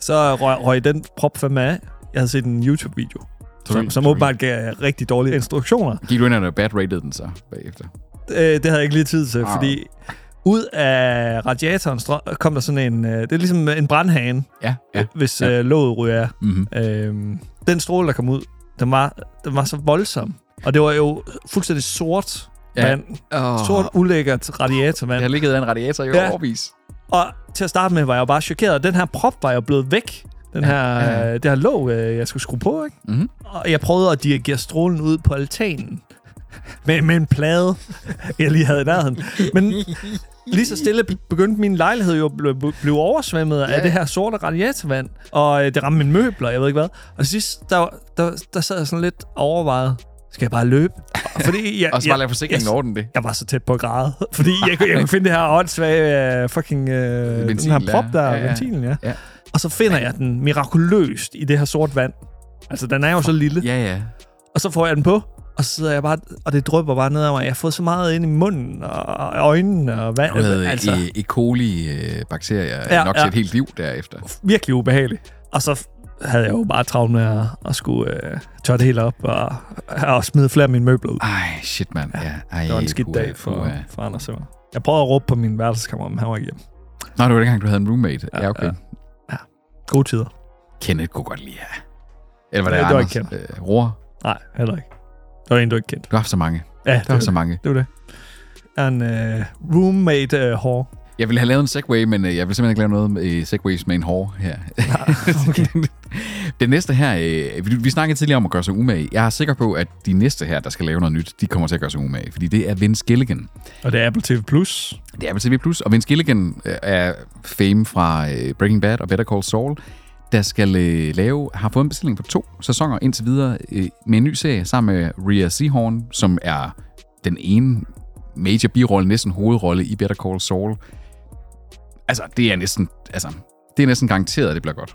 Speaker 5: så røg, røg den prop fandme af. Jeg havde set en YouTube-video, som,
Speaker 6: Sorry,
Speaker 5: som
Speaker 6: sorry.
Speaker 5: åbenbart gav rigtig dårlige instruktioner.
Speaker 6: Gik du ind og bad rated den så bagefter?
Speaker 5: Øh, det havde jeg ikke lige tid til, fordi Ud af radiatoren strø- kom der sådan en... Øh, det er ligesom en brandhane,
Speaker 6: Ja, ja.
Speaker 5: hvis ja. øh, låget ryger af.
Speaker 6: Mm-hmm.
Speaker 5: Øhm, den stråle, der kom ud, den var, den var så voldsom. Og det var jo fuldstændig sort
Speaker 6: Ja.
Speaker 5: ja. vand.
Speaker 6: Oh,
Speaker 5: Sort, ulækkert radiatorvand.
Speaker 6: Jeg har ligget af en radiator i
Speaker 5: Ja.
Speaker 6: ja. overvis.
Speaker 5: Og til at starte med var jeg jo bare chokeret. Den her prop var jo blevet væk. Den her, ja. Det her låg, øh, jeg skulle skrue på, ikke?
Speaker 6: Mhm.
Speaker 5: Og jeg prøvede at dirigere strålen ud på altanen. Med, med en plade, jeg lige havde i nærheden. Men lige så stille be- begyndte min lejlighed jo at blive, blive oversvømmet yeah. af det her sorte radiatorvand. Og øh, det ramte mine møbler, jeg ved ikke hvad. Og til sidst, der, der, der sad jeg sådan lidt overvejet. Skal jeg bare <laughs> løbe? Fordi jeg,
Speaker 6: Og så bare lade forsikringen
Speaker 5: jeg-
Speaker 6: ordne det.
Speaker 5: jeg var så tæt på at græde, <laughs> fordi jeg, kunne- jeg kunne finde det her åndssvage uh, fucking uh, den
Speaker 6: Ventil,
Speaker 5: her prop
Speaker 6: ja.
Speaker 5: der,
Speaker 6: Ja,
Speaker 5: ja,
Speaker 6: ja.
Speaker 5: ja. ventilen, ja.
Speaker 6: Ja.
Speaker 5: ja. Og så finder jeg den mirakuløst i det her sort vand. Altså, den er jo så lille. Ja.
Speaker 6: Ja, ja.
Speaker 5: Og så får jeg den på, og så sidder jeg bare, og det drypper bare ned af mig. Jeg har fået så meget ind i munden og øjnene og
Speaker 6: Du
Speaker 5: vand.
Speaker 6: havde
Speaker 5: Altså,
Speaker 6: altså. E. e. coli-bakterier ja,
Speaker 5: Ja,
Speaker 6: nok
Speaker 5: ja.
Speaker 6: til et helt liv derefter.
Speaker 5: virkelig ubehageligt. Og så havde jeg jo bare travlt med at, at skulle uh, tørre det hele op og, og smide flere af mine møbler ud.
Speaker 6: Ej, shit, mand. Ja. Ej,
Speaker 5: Det var en skidt
Speaker 6: puha,
Speaker 5: dag for,
Speaker 6: puha.
Speaker 5: for Anders Simmer. Jeg prøvede at råbe på min værelseskammer, men han var ikke hjemme.
Speaker 6: Nå, det var dengang, du havde en roommate. Ja, okay. Ja.
Speaker 5: Gode tider.
Speaker 6: Kenneth kunne godt lide ja. Eller var det,
Speaker 5: Nej,
Speaker 6: Nej,
Speaker 5: det var
Speaker 6: Anders?
Speaker 5: ikke
Speaker 6: Øh, Ror.
Speaker 5: Nej, heller ikke. Der var en, du ikke kendte.
Speaker 6: Du har haft så mange.
Speaker 5: Ja,
Speaker 6: Der var så mange.
Speaker 5: det var det. Jeg er en uh, roommate uh, whore.
Speaker 6: Jeg ville have lavet en segway, men øh, jeg vil simpelthen ikke lave noget med øh, segways med en hår her.
Speaker 5: Ah,
Speaker 6: okay. <laughs> det næste her, øh, vi, vi snakkede tidligere om at gøre sig umage. Jeg er sikker på, at de næste her, der skal lave noget nyt, de kommer til at gøre sig umage, fordi det er Vince Gilligan.
Speaker 5: Og det er Apple TV+. Plus.
Speaker 6: Det er på TV+, Plus, og Vince Gilligan øh, er fame fra øh, Breaking Bad og Better Call Saul, der skal øh, lave, har fået en bestilling på to sæsoner indtil videre øh, med en ny serie sammen med Rhea Seahorn, som er den ene major birolle, næsten hovedrolle i Better Call Saul. Altså, det er næsten, altså, det er næsten garanteret, at det bliver godt.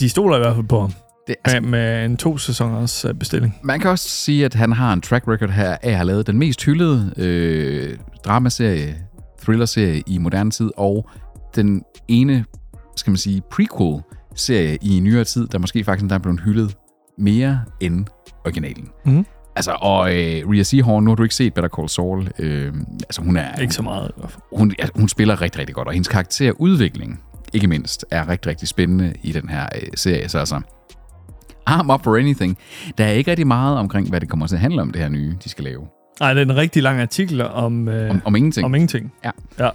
Speaker 5: De stoler i hvert fald på ham.
Speaker 6: Det, altså,
Speaker 5: Med, med en to sæsoners uh, bestilling.
Speaker 6: Man kan også sige, at han har en track record her af at have lavet den mest hyldede øh, dramaserie, thrillerserie i moderne tid, og den ene, skal man sige, prequel-serie i nyere tid, der måske faktisk endda er blevet hyldet mere end originalen.
Speaker 5: Mhm.
Speaker 6: Altså, og øh, Rhea Seahorn, nu har du ikke set Better Call Saul. Øh, altså, hun er,
Speaker 5: Ikke så meget i hvert fald.
Speaker 6: hun, ja, hun spiller rigtig, rigtig godt, og hendes karakterudvikling, ikke mindst, er rigtig, rigtig spændende i den her øh, serie. Så altså, arm up for anything. Der er ikke rigtig meget omkring, hvad det kommer til at handle om, det her nye, de skal lave.
Speaker 5: Nej, det er en rigtig lang artikel om, uh,
Speaker 6: Om, om ingenting.
Speaker 5: om ingenting.
Speaker 6: Ja.
Speaker 5: ja.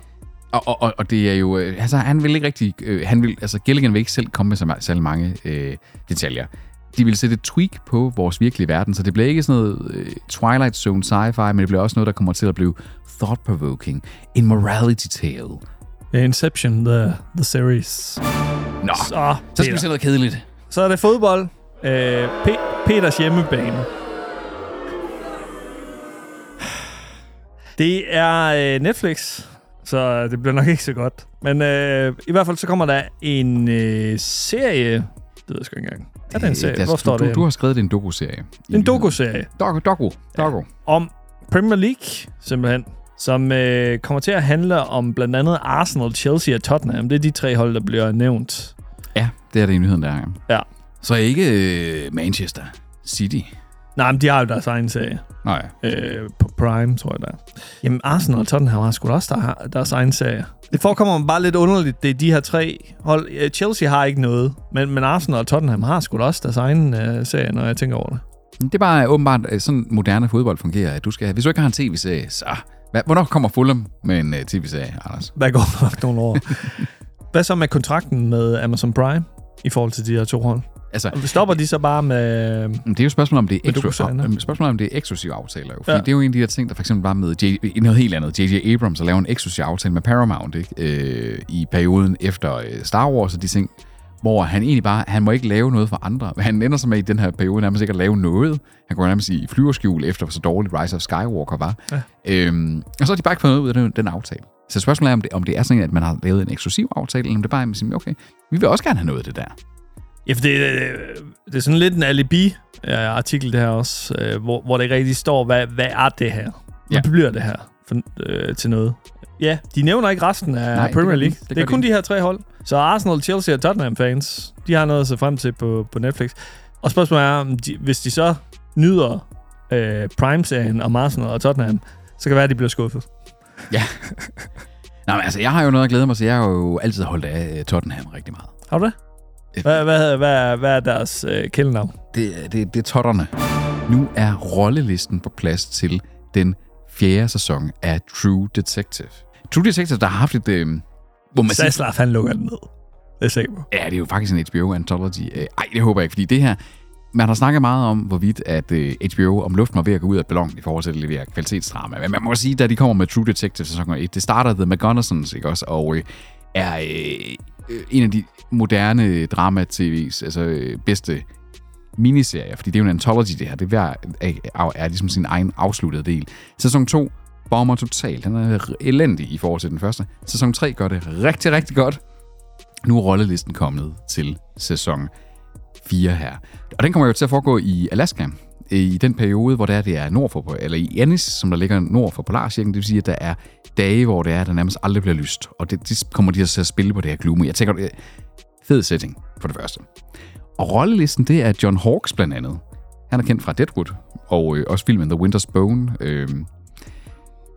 Speaker 6: Og, og- og, og det er jo... øh, Altså, han vil ikke rigtig... Øh, han vil, altså, Gilligan vil ikke selv komme med så meget, særlig mange øh, detaljer. De vil sætte et tweak på vores virkelige verden, så det bliver ikke sådan noget øh, Twilight Zone sci-fi, men det bliver også noget, der kommer til at blive thought-provoking. En morality tale.
Speaker 5: Det er Inception, the, the series.
Speaker 6: Nå, så,
Speaker 5: Så,
Speaker 6: så skal vi
Speaker 5: Peter.
Speaker 6: se noget kedeligt.
Speaker 5: så er det fodbold. Uh, Pe- Peters hjemmebane. Det er øh, Netflix, så det bliver nok ikke så godt. Men øh, i hvert fald så kommer der en øh, serie. Det ved jeg sgu ikke engang. Er det en serie?
Speaker 6: Øh, altså,
Speaker 5: Hvor står
Speaker 6: du, Du,
Speaker 5: det?
Speaker 6: du
Speaker 5: henne?
Speaker 6: har skrevet det er en dokuserie.
Speaker 5: En dokuserie
Speaker 6: Doku, doku, doku.
Speaker 5: om Premier League, simpelthen. Som øh, kommer til at handle om blandt andet Arsenal, Chelsea og Tottenham. Det er de tre hold, der bliver nævnt.
Speaker 6: Ja, det er det i nyheden, der er.
Speaker 5: Ja.
Speaker 6: Så ikke øh, Manchester City.
Speaker 5: Nej, men de har jo deres egen serie.
Speaker 6: Nej, ja.
Speaker 5: Øh, på Prime, tror jeg der. Jamen, Arsenal og Tottenham har sgu da også der, deres egen serie. Det forekommer mig bare lidt underligt, det er de her tre hold. Øh, Chelsea har ikke noget, men, men Arsenal og Tottenham har sgu da også deres egen øh, serie, når jeg tænker over det.
Speaker 6: Det er bare åbenbart øh, sådan moderne fodbold fungerer. At du skal, hvis du ikke har en tv-serie, så... Hvad, hvornår kommer Fulham med en øh, tv-serie, Anders?
Speaker 5: Hvad går nok nogle år? <laughs> Hvad så med kontrakten med Amazon Prime i forhold til de her to hold?
Speaker 6: Altså,
Speaker 5: Og Stopper de så bare med...
Speaker 6: det er jo et spørgsmål om det er,
Speaker 5: Men du
Speaker 6: ekstra,
Speaker 5: kunne sige, nej.
Speaker 6: øh, spørgsmål, om det er eksklusive aftaler. Jo. Fordi ja.
Speaker 5: Ja.
Speaker 6: det er jo en af de der ting, der for eksempel var med J, noget helt andet. J.J. Abrams at lave en eksklusiv aftale med Paramount ikke? Øh, i perioden efter øh, Star Wars og de ting, hvor han egentlig bare, han må ikke lave noget for andre. <laughs> Men han ender sig med i den her periode nærmest ikke at lave noget. Han går nærmest i flyverskjul efter, hvor så dårligt Rise of Skywalker var. Ja. Øhm, og så har de bare ikke fået noget ud af den, den aftale. Så spørgsmålet er, om det, om det er sådan, at man har lavet en eksklusiv aftale, eller om det bare er, at man siger, okay, vi vil også gerne have noget af det der.
Speaker 5: Ja, for det, øh, det er sådan lidt en alibi-artikel, det her også, øh, hvor, hvor det ikke rigtig står, hvad, hvad er det her? Hvad
Speaker 6: Ja.
Speaker 5: ja. bliver det her for, øh, til noget? Ja, de nævner ikke resten af
Speaker 6: Nej,
Speaker 5: Nej,
Speaker 6: det gør
Speaker 5: Premier
Speaker 6: de
Speaker 5: League.
Speaker 6: ikke. Det
Speaker 5: Det, det
Speaker 6: gør
Speaker 5: er
Speaker 6: de
Speaker 5: kun
Speaker 6: ikke.
Speaker 5: de her tre hold. Så Arsenal, Chelsea og Tottenham-fans, de har noget at se frem til på, på Netflix. Og spørgsmålet er, om de, hvis de så nyder øh, Prime-serien om Arsenal og Tottenham, så kan det være, at de bliver skuffet.
Speaker 6: Nej, men altså, jeg har jo noget at glæde mig, så jeg har jo altid holdt af øh, Tottenham rigtig meget.
Speaker 5: Har du det? Hvad, hvad, hvad, hvad er deres øh, kælenavn?
Speaker 6: Det, er- det, det er totterne. Nu er rollelisten på plads til den fjerde sæson af True Detective. True Detective, der har haft et... Øh, hvor man siger,
Speaker 5: Zaslav, han lukker den ned. Det er jeg sikker på.
Speaker 6: ja, det er jo faktisk en HBO Anthology. Øh, Ej, det håber jeg ikke, fordi det her... Man har snakket meget om, hvorvidt at øh, HBO om luften var ved at gå ud af ballongen i forhold til at levere kvalitetsdrama. Men man må sige, da de kommer med True Detective sæson 1, det starter The McGonagall's, ikke også? Og øh, er øh, øh, en af de moderne drama-tv's altså, øh, bedste miniserier, fordi det er jo en anthology, det her. Det er, hver, er, er ligesom sin egen afsluttede del. Sæson 2 bomber totalt. Den er elendig i forhold til den første. Sæson 3 gør det rigtig, rigtig godt. Nu er rollelisten kommet til sæson 4 her. Og den kommer jo til at foregå i Alaska, i den periode, hvor det er, det er nord for, eller i Annis, som der ligger nord for Polarcirklen, det vil sige, at der er dage, hvor det er, der nærmest aldrig bliver lyst. Og det, det kommer de altså til at spille på det her gloomy. Jeg tænker, det er fed setting for det første. Og rollelisten, det er John Hawkes blandt andet. Han er kendt fra Deadwood, og øh, også filmen The Winter's Bone. Øh,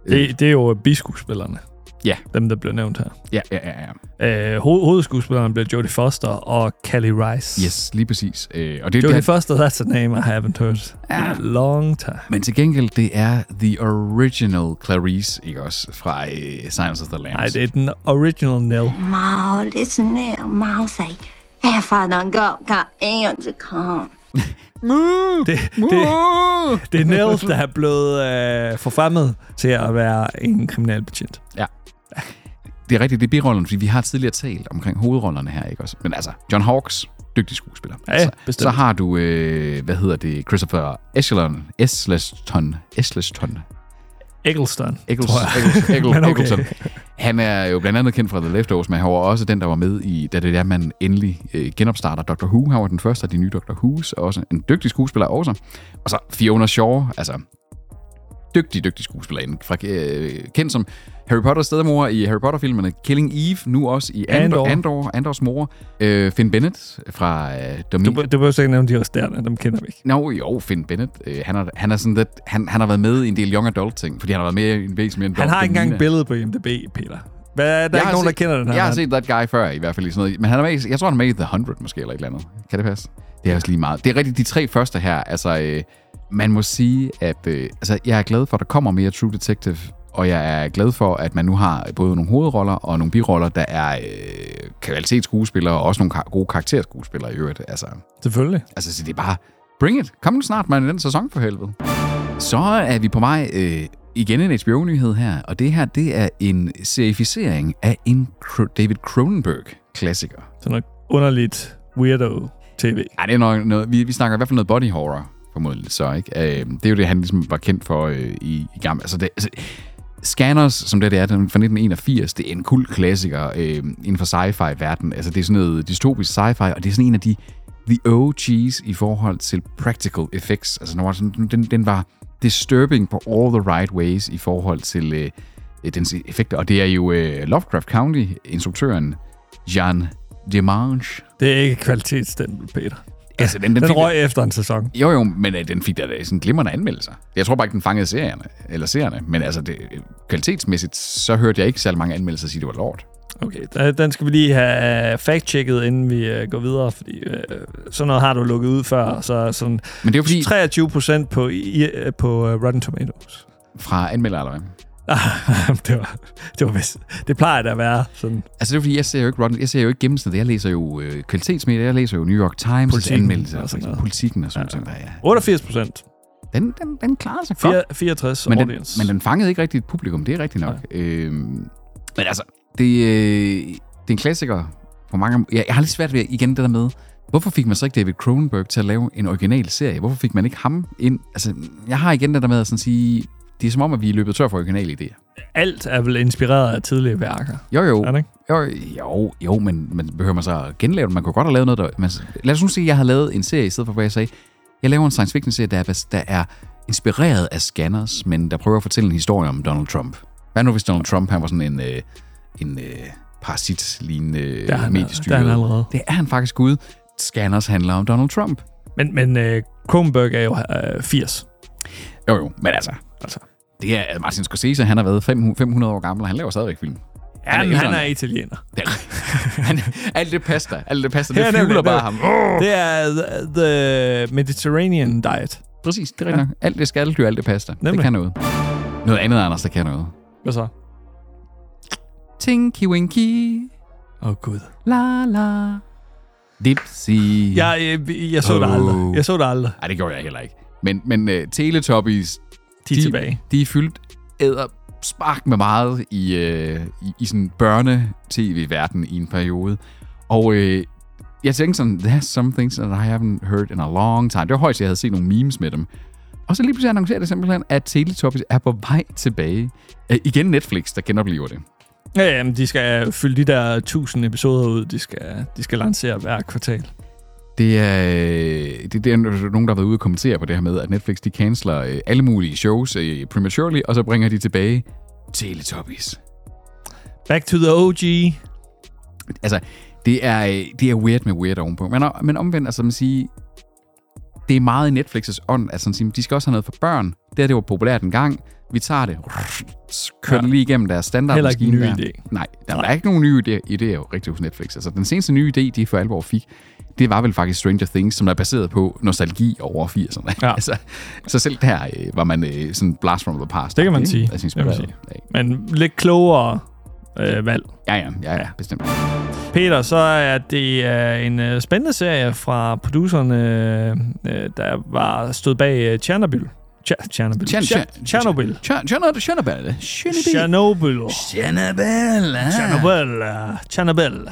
Speaker 5: Det, det er jo øh, biskuespillerne.
Speaker 6: Ja.
Speaker 5: Dem, der bliver nævnt her.
Speaker 6: ja, ja, ja, ja.
Speaker 5: Øh, ho- hovedskuespillerne bliver Jodie Foster og Kelly Rice.
Speaker 6: Yes, lige præcis. Øh, og det,
Speaker 5: Jodie
Speaker 6: det,
Speaker 5: Foster, that's a name I haven't heard in a long time.
Speaker 6: men til gengæld, det er The Original Clarice, ikke også? Fra øh, Silence of the Lambs.
Speaker 5: Nej, det er den original Nell.
Speaker 9: Ma, listen there. Ma say, if I done got, got ants to come.
Speaker 5: Det, det, det er Nell, der er blevet øh, forfremmet til at være en kriminalbetjent.
Speaker 6: Ja. Det er rigtigt, det er birollen, fordi vi har tidligere talt omkring hovedrollerne her, ikke også? Men altså, John Hawkes, dygtig skuespiller.
Speaker 5: Ja, ja,
Speaker 6: altså,
Speaker 5: bestemt.
Speaker 6: så har du, øh, hvad hedder det, Christopher Eccleston, Eccleston, Eccleston,
Speaker 5: Eggleston,
Speaker 6: Eccles,
Speaker 5: tror jeg.
Speaker 6: Eccles, Eccles,
Speaker 5: <laughs> Men okay.
Speaker 6: Eccleston. Han er jo blandt andet kendt fra The Leftovers, men han var også den, der var med i, da det er, man endelig øh, genopstarter Doctor Who. Han var den første af de nye Doctor Who's, og også en dygtig skuespiller også. Og så Fiona Shaw, altså dygtig, dygtig skuespillerinde, fra, øh, kendt som Harry Potters stedmor i Harry Potter-filmerne Killing Eve, nu også i Andor,
Speaker 5: Andor.
Speaker 6: Andor Andors mor. Øh, Finn Bennett fra øh,
Speaker 5: Du,
Speaker 6: Dominion.
Speaker 5: be- du behøver sikkert nævne de resterende, dem kender vi ikke.
Speaker 6: Nå, jo, Finn Bennett. Øh, han, er, han, er sådan lidt, han, han har været med i en del young adult-ting, fordi han har været med i en væsentlig mere end
Speaker 5: Han har ikke engang
Speaker 6: Domina.
Speaker 5: et billede på IMDb, Peter. Hvad, der er ikke
Speaker 6: har
Speaker 5: nogen, der
Speaker 6: set,
Speaker 5: kender den her.
Speaker 6: Jeg har
Speaker 5: mand.
Speaker 6: set That Guy før, i hvert fald i sådan noget. Men han er med, i- jeg tror, han er med i The 100 måske, eller et eller andet. Kan det passe? Det er også lige meget. Det er rigtigt, de tre første her. Altså, øh, man må sige, at øh, altså, jeg er glad for, at der kommer mere True Detective, og jeg er glad for, at man nu har både nogle hovedroller og nogle biroller, der er øh, kvalitetsskuespillere, og også nogle kar- gode karakterskuespillere i øvrigt. Altså,
Speaker 5: Selvfølgelig.
Speaker 6: altså så det er bare, bring it. Kom nu snart, man, i den sæson for helvede. Så er vi på vej øh, igen en HBO-nyhed her, og det her, det er en serificering af en Cro- David Cronenberg-klassiker.
Speaker 5: Sådan noget underligt weirdo-tv.
Speaker 6: Ej, det er nok noget, vi, vi snakker i hvert fald noget body horror, formodentlig så, ikke? Øh, det er jo det, han ligesom var kendt for øh, i, i gamle... Altså, det, altså, Scanners, som det, det er, den er fra 1981, det er en kult klassiker øh, inden for sci-fi-verden. Altså, det er sådan noget dystopisk sci-fi, og det er sådan en af de the OG's i forhold til practical effects. Altså, den var, sådan- den, den var disturbing på all the right ways i forhold til øh, øh, dens effekter. Og det er jo øh, Lovecraft County-instruktøren Jan Demange.
Speaker 5: Det er ikke et kvalitetsstempel, Peter.
Speaker 6: Altså, den, den,
Speaker 5: Den
Speaker 6: fik-
Speaker 5: røg efter en sæson.
Speaker 6: jo, jo, men øh, den fik da sådan glimrende anmeldelser. Jeg tror bare ikke, den fangede serierne, eller seerne, men altså det, kvalitetsmæssigt, så hørte jeg ikke særlig mange anmeldelser sige, det var lort.
Speaker 5: Okay, den- den skal vi lige have øh, fact-checket, inden vi øh, går videre, fordi øh, sådan noget har du lukket ud før, så sådan
Speaker 6: Men det er jo fordi,
Speaker 5: 23 procent på, i, øh, på øh, Rotten Tomatoes. <laughs>
Speaker 6: fra anmelder eller hvad?
Speaker 5: Ah, det var, det var vist. Det plejer det at være sådan.
Speaker 6: Altså det er fordi, jeg ser jo ikke, Rotten, jeg ser jo ikke gennemsnittet, jeg læser jo øh, kvalitetsmedier, jeg læser jo New York Times
Speaker 5: Politiken
Speaker 6: anmeldelser,
Speaker 5: og sådan
Speaker 6: for
Speaker 5: noget.
Speaker 6: eksempel. politikken og sådan noget. Ja, ja.
Speaker 5: 88 procent.
Speaker 6: Den, den, den klarer sig godt.
Speaker 5: 64
Speaker 6: men den,
Speaker 5: audience.
Speaker 6: men den fangede ikke rigtigt et publikum, det er rigtigt nok. Ja. Øhm, men altså, det, øh, det er en klassiker på mange jeg, jeg har lidt svært ved igen det der med, hvorfor fik man så ikke David Cronenberg til at lave en original serie? Hvorfor fik man ikke ham ind? Altså, jeg har igen det der med at sådan sige, det er som om, at vi er løbet tør for originale idéer.
Speaker 5: Alt er vel inspireret af tidligere værker.
Speaker 6: Jo, jo.
Speaker 5: Er det ikke?
Speaker 6: Jo, jo, jo, men man behøver man så at genlave det. Man kunne godt have lavet noget, der... Man, lad os nu sige, at jeg har lavet en serie, i stedet for, hvor jeg sagde, jeg laver en science fiction serie, der er, bas- der er inspireret af scanners, men der prøver at fortælle en historie om Donald Trump. Hvad nu, hvis Donald Trump han var sådan en, øh, en øh, parasit-lignende
Speaker 5: er han-
Speaker 6: mediestyre?
Speaker 5: der er han allerede.
Speaker 6: Det er han faktisk gud. Scanners handler om Donald Trump.
Speaker 5: Men, men øh, Kronberg er jo øh, 80.
Speaker 6: Jo, jo, men altså...
Speaker 5: Altså.
Speaker 6: Det er Martin Scorsese, han har været 500 år gammel, og han laver stadigvæk film.
Speaker 5: Ja, men han
Speaker 6: ældre
Speaker 5: er
Speaker 6: end-
Speaker 5: italiener.
Speaker 6: Det er- <laughs> han, alt det pasta, alt det pasta,
Speaker 5: Ja,
Speaker 6: det
Speaker 5: nemlig,
Speaker 6: fylder bare ham.
Speaker 5: nemlig. Det er the, the Mediterranean diet.
Speaker 6: Præcis, det er rigtigt. nok. Alt det skaldyr, alt det pasta. Det
Speaker 5: Nemlig.
Speaker 6: kan noget. Noget andet, Anders, der kan noget.
Speaker 5: Hvad så?
Speaker 6: Tinky Winky,
Speaker 5: Åh, oh, Gud.
Speaker 6: la la. Dipsy.
Speaker 5: Jeg, jeg, jeg så oh. det
Speaker 6: Åh.
Speaker 5: aldrig. Jeg så det aldrig.
Speaker 6: Nej, det gjorde jeg heller ikke. Men, men uh, Teletubbies,
Speaker 5: De er tilbage.
Speaker 6: de er fyldt æder spark med meget i, øh, i, i sådan børne-tv-verden i en periode. Og øh, jeg tænkte sådan, there's some things that I haven't heard in a long time. Det var højst, jeg havde set nogle memes med dem. Og så lige pludselig annoncerer det simpelthen, at Teletubbies er på vej tilbage. Øh, igen Netflix, der genoplever det.
Speaker 5: Ja, ja, men de skal fylde de der 1000 episoder ud, de skal, de skal lancere hver kvartal.
Speaker 6: Det er, øh, det, det er nogen, der har været ude og kommentere på det her med, at Netflix de canceler øh, alle mulige shows øh, prematurely, og så bringer de tilbage Teletubbies.
Speaker 5: Back to the OG.
Speaker 6: Altså, det er, øh, det er weird med weird ovenpå. Men, men omvendt, altså man siger, det er meget i Netflix' ånd, at sådan, sige, de skal også have noget for børn. Det her, det var populært en gang. Vi tager det, kører det lige igennem deres standard.
Speaker 5: Heller ikke
Speaker 6: maskine
Speaker 5: nye
Speaker 6: der.
Speaker 5: idé.
Speaker 6: Nej, der er ikke nogen nye idéer, idéer jo rigtigt hos Netflix. Altså, den seneste nye idé, de for alvor fik, det var vel faktisk Stranger Things, som er baseret på nostalgi over 80'erne.
Speaker 5: Ja.
Speaker 6: <laughs> altså, så selv der øh, var man øh, sådan blast from the past.
Speaker 5: Det kan man
Speaker 6: Ikke?
Speaker 5: sige.
Speaker 6: Altså,
Speaker 5: Det kan man sige.
Speaker 6: inspireret
Speaker 5: Men lidt klogere øh, valg.
Speaker 6: af- Ja, ja, ja, ja, bestemt.
Speaker 5: Peter, så er det øh, en øh, spændende serie fra producerne, øh, der var stod bag øh, Tjernobyl. Tjer- Tjernobyl.
Speaker 6: Tjern-
Speaker 5: Tjer-
Speaker 6: Tjern-
Speaker 5: Tjernobyl.
Speaker 6: Tjern- Tjernobyl. Tjernobyl. Tjernobyl.
Speaker 5: Tjernobyl.
Speaker 6: Tjernobyl. ah.
Speaker 5: Tjernobyl. Tjernobyl.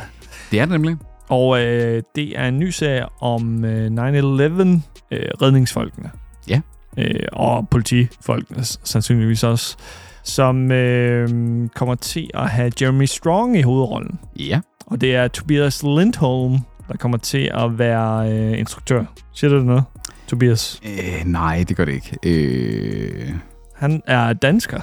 Speaker 6: Det er det nemlig.
Speaker 5: Og øh, det er en ny serie om øh, 9-11 øh, redningsfolkene.
Speaker 6: Ja.
Speaker 5: Øh, og politifolkene s- sandsynligvis også. Som øh, kommer til at have Jeremy Strong i hovedrollen.
Speaker 6: Ja.
Speaker 5: Og det er Tobias Lindholm, der kommer til at være øh, instruktør. Siger du det noget, Tobias?
Speaker 6: Øh, nej, det gør det ikke. Øh,
Speaker 5: Han er dansker.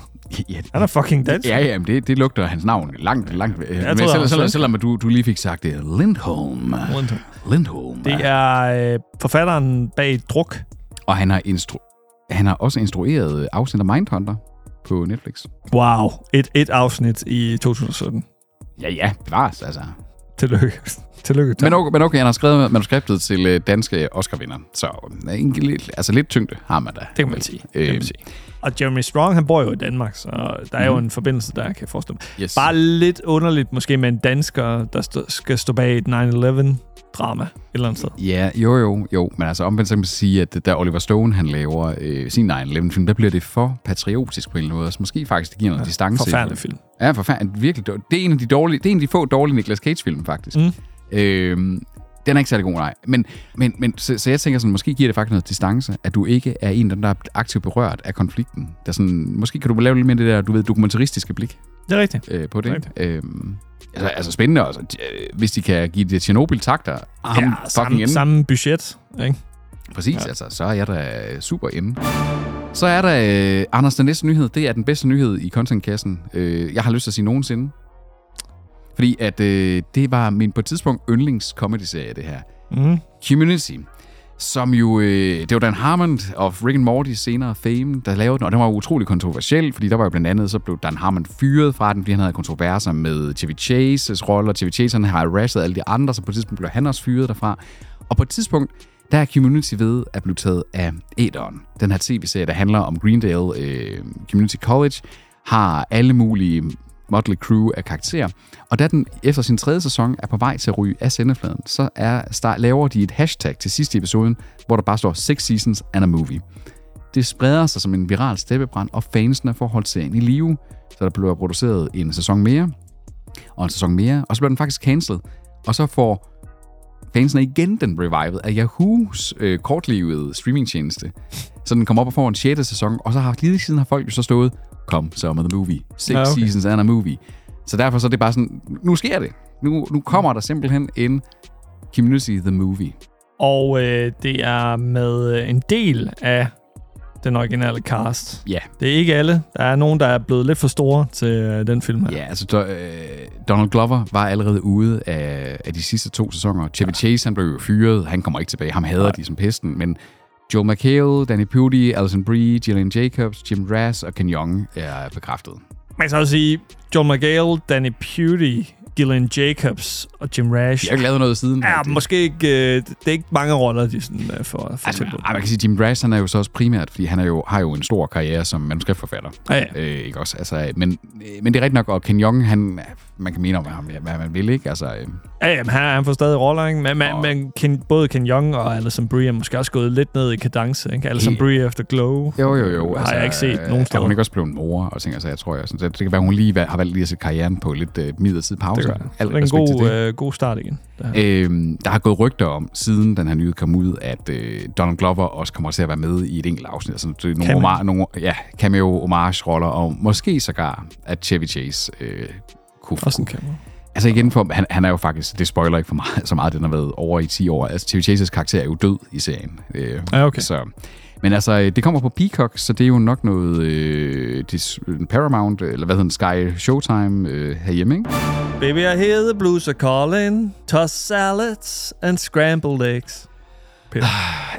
Speaker 6: ja,
Speaker 5: Han er fucking dansker.
Speaker 6: Ja, ja, men det, det lugter hans navn langt, langt. Jeg
Speaker 5: troede,
Speaker 6: men
Speaker 5: han var
Speaker 6: selv, selv,
Speaker 5: svensker.
Speaker 6: selvom du, du lige fik sagt det. Lindholm.
Speaker 5: Lindholm.
Speaker 6: Lindholm.
Speaker 5: Det er øh, forfatteren bag Druk.
Speaker 6: Og han har, instru- han har også instrueret øh, afsnit af Mindhunter på Netflix.
Speaker 5: Wow. Et, et afsnit i 2017.
Speaker 6: Ja, ja, bevares altså.
Speaker 5: Tillykke. <laughs> Tillykke.
Speaker 6: Men okay, men okay, han har skrevet manuskriptet til øh, danske Oscar-vinder. Så øh, en, lidt- altså lidt tyngde har man da. Øh, Det
Speaker 5: kan man sige. Det kan man sige. Og Jeremy Strong, han bor jo i Danmark, så der er jo
Speaker 6: Mhm.
Speaker 5: en forbindelse der, kan jeg forestille mig.
Speaker 6: Yes.
Speaker 5: Bare lidt underligt måske med en dansker, der stå, skal stå bag et 9-11-drama et eller andet sted.
Speaker 6: Ja, jo, jo, jo. Men altså omvendt så kan man sige, at da Oliver Stone han laver øh, sin 9-11-film, der bliver det for patriotisk på en eller anden måde. Så måske faktisk det giver noget ja, distance.
Speaker 5: Forfærdelig film.
Speaker 6: Ja, forfærdelig. Virkelig dårlig. Det er en af de, dårlige, det er en af de få dårlige Nicolas Cage-film, faktisk. Mm. Øhm, den er ikke særlig god, nej. Men, men, men så, så, jeg tænker sådan, måske giver det faktisk noget distance, at du ikke er en, af dem, der er aktivt berørt af konflikten. Der sådan, måske kan du lave lidt mere det der, du ved, dokumentaristiske blik
Speaker 5: Det er rigtigt.
Speaker 6: øh, på det.
Speaker 5: Rigtigt.
Speaker 6: Øhm, altså, altså, spændende også, at, øh, hvis de kan give det Tjernobyl-takter. Ah, Ham fucking
Speaker 5: samme,
Speaker 6: ende.
Speaker 5: samme budget, ikke?
Speaker 6: Præcis, ja. altså, så er jeg da øh, super inde. Så er der, øh, Anders, den næste nyhed, det er den bedste nyhed i contentkassen, øh, jeg har lyst til at sige nogensinde. Fordi at øh, det var min på et tidspunkt yndlings comedy-serie, det her.
Speaker 5: Mm.
Speaker 6: Community, som jo, øh, det var Dan Harmon of Rick and Morty senere Fame, der lavede den, og den var jo utrolig kontroversiel, fordi der var jo blandt andet, så blev Dan Harmon fyret fra den, fordi han havde kontroverser med Chevy Chase's rolle, og Chevy Chase han har harasset alle de andre, så på et tidspunkt blev han også fyret derfra. Og på et tidspunkt, der er Community ved at blive taget af Edon. Den her tv-serie, der handler om Greendale øh, Community College, har alle mulige Motley Crew af karakterer. Og da den efter sin tredje sæson er på vej til at ryge af sendefladen, så er, start, laver de et hashtag til sidste episoden, hvor der bare står Six Seasons and a Movie. Det spreder sig som en viral steppebrand, og fansene får holdt serien i live, så der bliver produceret en sæson mere, og en sæson mere, og så bliver den faktisk cancelled. Og så får fansene igen den revivet af Yahoos øh, kortlivede streamingtjeneste. Så den kommer op og får en 6. sæson, og så har lige siden har folk jo så stået, kom så med the movie. Six
Speaker 5: Ja,
Speaker 6: ja,
Speaker 5: okay.
Speaker 6: okay. seasons and a movie. Så derfor så er det bare sådan, nu sker det. Nu, nu kommer der simpelthen en Community the Movie.
Speaker 5: Og øh, det er med øh, en del af den originale cast.
Speaker 6: Ja.
Speaker 5: Det er ikke alle. Der er nogen, der er blevet lidt for store til øh, den film her.
Speaker 6: Ja, altså do, øh, Donald Glover var allerede ude af, af de sidste to sæsoner. Chevy Chase, han blev jo fyret. Han kommer ikke tilbage. Ham hader de som pesten. Men Joel McHale, Danny Pudi, Alison Brie, Gillian Jacobs, Jim Rass og Ken Jeong er bekræftet.
Speaker 5: Man kan så også sige, John McGale, Danny Pewty, Dylan Jacobs og Jim Rash.
Speaker 6: De har ikke lavet noget siden. Altså,
Speaker 5: Ja,
Speaker 6: det-
Speaker 5: måske ikke, øh, det er ikke mange roller, de sådan, øh, får, får
Speaker 6: Altså,
Speaker 5: tilbudt.
Speaker 6: ej, man kan sige, Jim Rash, han er jo så også primært, fordi han er jo, har jo en stor karriere som manuskriptforfatter.
Speaker 5: Ja, ja.
Speaker 6: Øh, ikke også? Altså, men, øh, men det er rigtigt nok, og Ken Jeong, han, man kan mene om ham, ja, hvad man vil, ikke? Altså, øh,
Speaker 5: Ja, jamen, han, han får stadig roller, ikke? Men, man,
Speaker 6: Og-
Speaker 5: man, Ken, både Ken Jeong og Alison Brie er måske også gået lidt ned i kadence, ikke? Alison
Speaker 6: Helt.
Speaker 5: Brie efter Glow.
Speaker 6: jo, jo, jo.
Speaker 5: Har
Speaker 6: altså,
Speaker 5: jeg ikke set
Speaker 6: øh,
Speaker 5: nogen
Speaker 6: er
Speaker 5: steder.
Speaker 6: hun ikke også blevet mor og ting, altså, jeg tror jeg. Sådan, så det kan være, hun lige va- har valgt lige at sætte karrieren på lidt øh, midlertidig pause.
Speaker 5: Det gør
Speaker 6: Al
Speaker 5: han. Så det er en
Speaker 6: respekt til
Speaker 5: god,
Speaker 6: det.
Speaker 5: øh, god start igen. Det her.
Speaker 6: Øhm, der har gået rygter om, siden den her nyhed kom ud, at øh, Donald Glover også kommer til at være med i et enkelt afsnit. Altså, det er nogle,
Speaker 5: Cameo.
Speaker 6: omar, nogle ja, cameo homage roller og måske sågar, at Chevy Chase øh, kunne,
Speaker 5: Også en
Speaker 6: kunne
Speaker 5: kamera.
Speaker 6: Altså igen, for, han, han er jo faktisk, det spoiler ikke for meget, <laughs> så meget, den har været over i 10 år. Altså, Chevy Chase's karakter er jo død i serien. Øh,
Speaker 5: Ja, okay.
Speaker 6: Så, men altså, øh, det kommer på Peacock, så det er jo nok noget øh, dis, Paramount, eller hvad hedder den, Sky Showtime øh, herhjemme, ikke?
Speaker 5: Baby, I hear the blues are calling. Toss salads and scrambled eggs.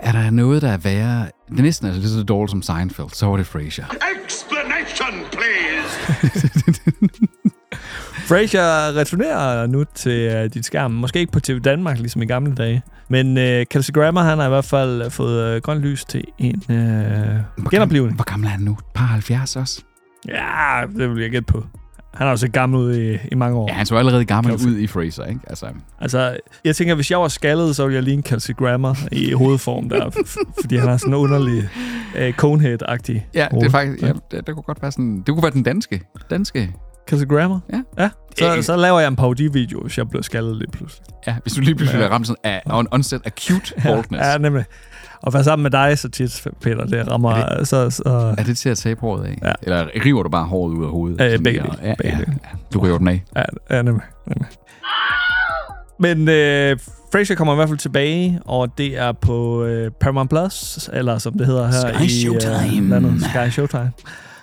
Speaker 6: Er der noget, der er værre? Det er næsten altså, det er så dårligt som Seinfeld, så var det Frasier.
Speaker 4: Explanation, please!
Speaker 5: Frasier returnerer nu til øh, dit skærm. Måske ikke på TV Danmark, ligesom i gamle dage. Men øh, Kelsey Grammer, han har i hvert fald øh, fået øh, grønt lys til en øh, genoplevning.
Speaker 6: Hvor gammel er han nu? Par 70 også?
Speaker 5: Ja, det vil jeg gætte på. Han har jo set gammel ud i, i mange år.
Speaker 6: Ja, han så allerede gammel
Speaker 5: Kelsey.
Speaker 6: ud i Frasier, ikke? Altså,
Speaker 5: Altså, jeg tænker, hvis jeg var skaldet, så ville jeg ligne Kelsey Grammer i
Speaker 6: <laughs>
Speaker 5: hovedform der. f- fordi han har sådan en underlig øh, conehead-agtig
Speaker 6: ja, det
Speaker 5: hoved.
Speaker 6: er faktisk, ja, det, det, kunne godt være sådan, det kunne være den danske, danske
Speaker 5: Kelsey Grammer?
Speaker 6: Ja.
Speaker 5: ja. Så,
Speaker 6: Øh.
Speaker 5: så laver jeg en parodivideo, hvis jeg bliver skaldet lige pludselig.
Speaker 6: Ja, hvis du lige pludselig bliver ramt sådan af af en onset acute baldness.
Speaker 5: Ja, nemlig. Og være sammen med dig så tit, Peter, det rammer...
Speaker 6: Er
Speaker 5: Det? Så, så,
Speaker 6: Er det til at tabe håret af?
Speaker 5: Ja.
Speaker 6: Eller river du bare håret ud af hovedet?
Speaker 5: Øh,
Speaker 6: Sådan
Speaker 5: begge
Speaker 6: der.
Speaker 5: dele.
Speaker 6: Ja,
Speaker 5: Begge
Speaker 6: ja,
Speaker 5: dele.
Speaker 6: ja. Du river den af.
Speaker 5: ja, ja nemlig, nemlig. Men øh, Frasier kommer i hvert fald tilbage, og det er på øh, Paramount Plus, eller som det hedder her
Speaker 6: Sky
Speaker 5: i øh,
Speaker 6: Showtime.
Speaker 5: landet, Sky Showtime.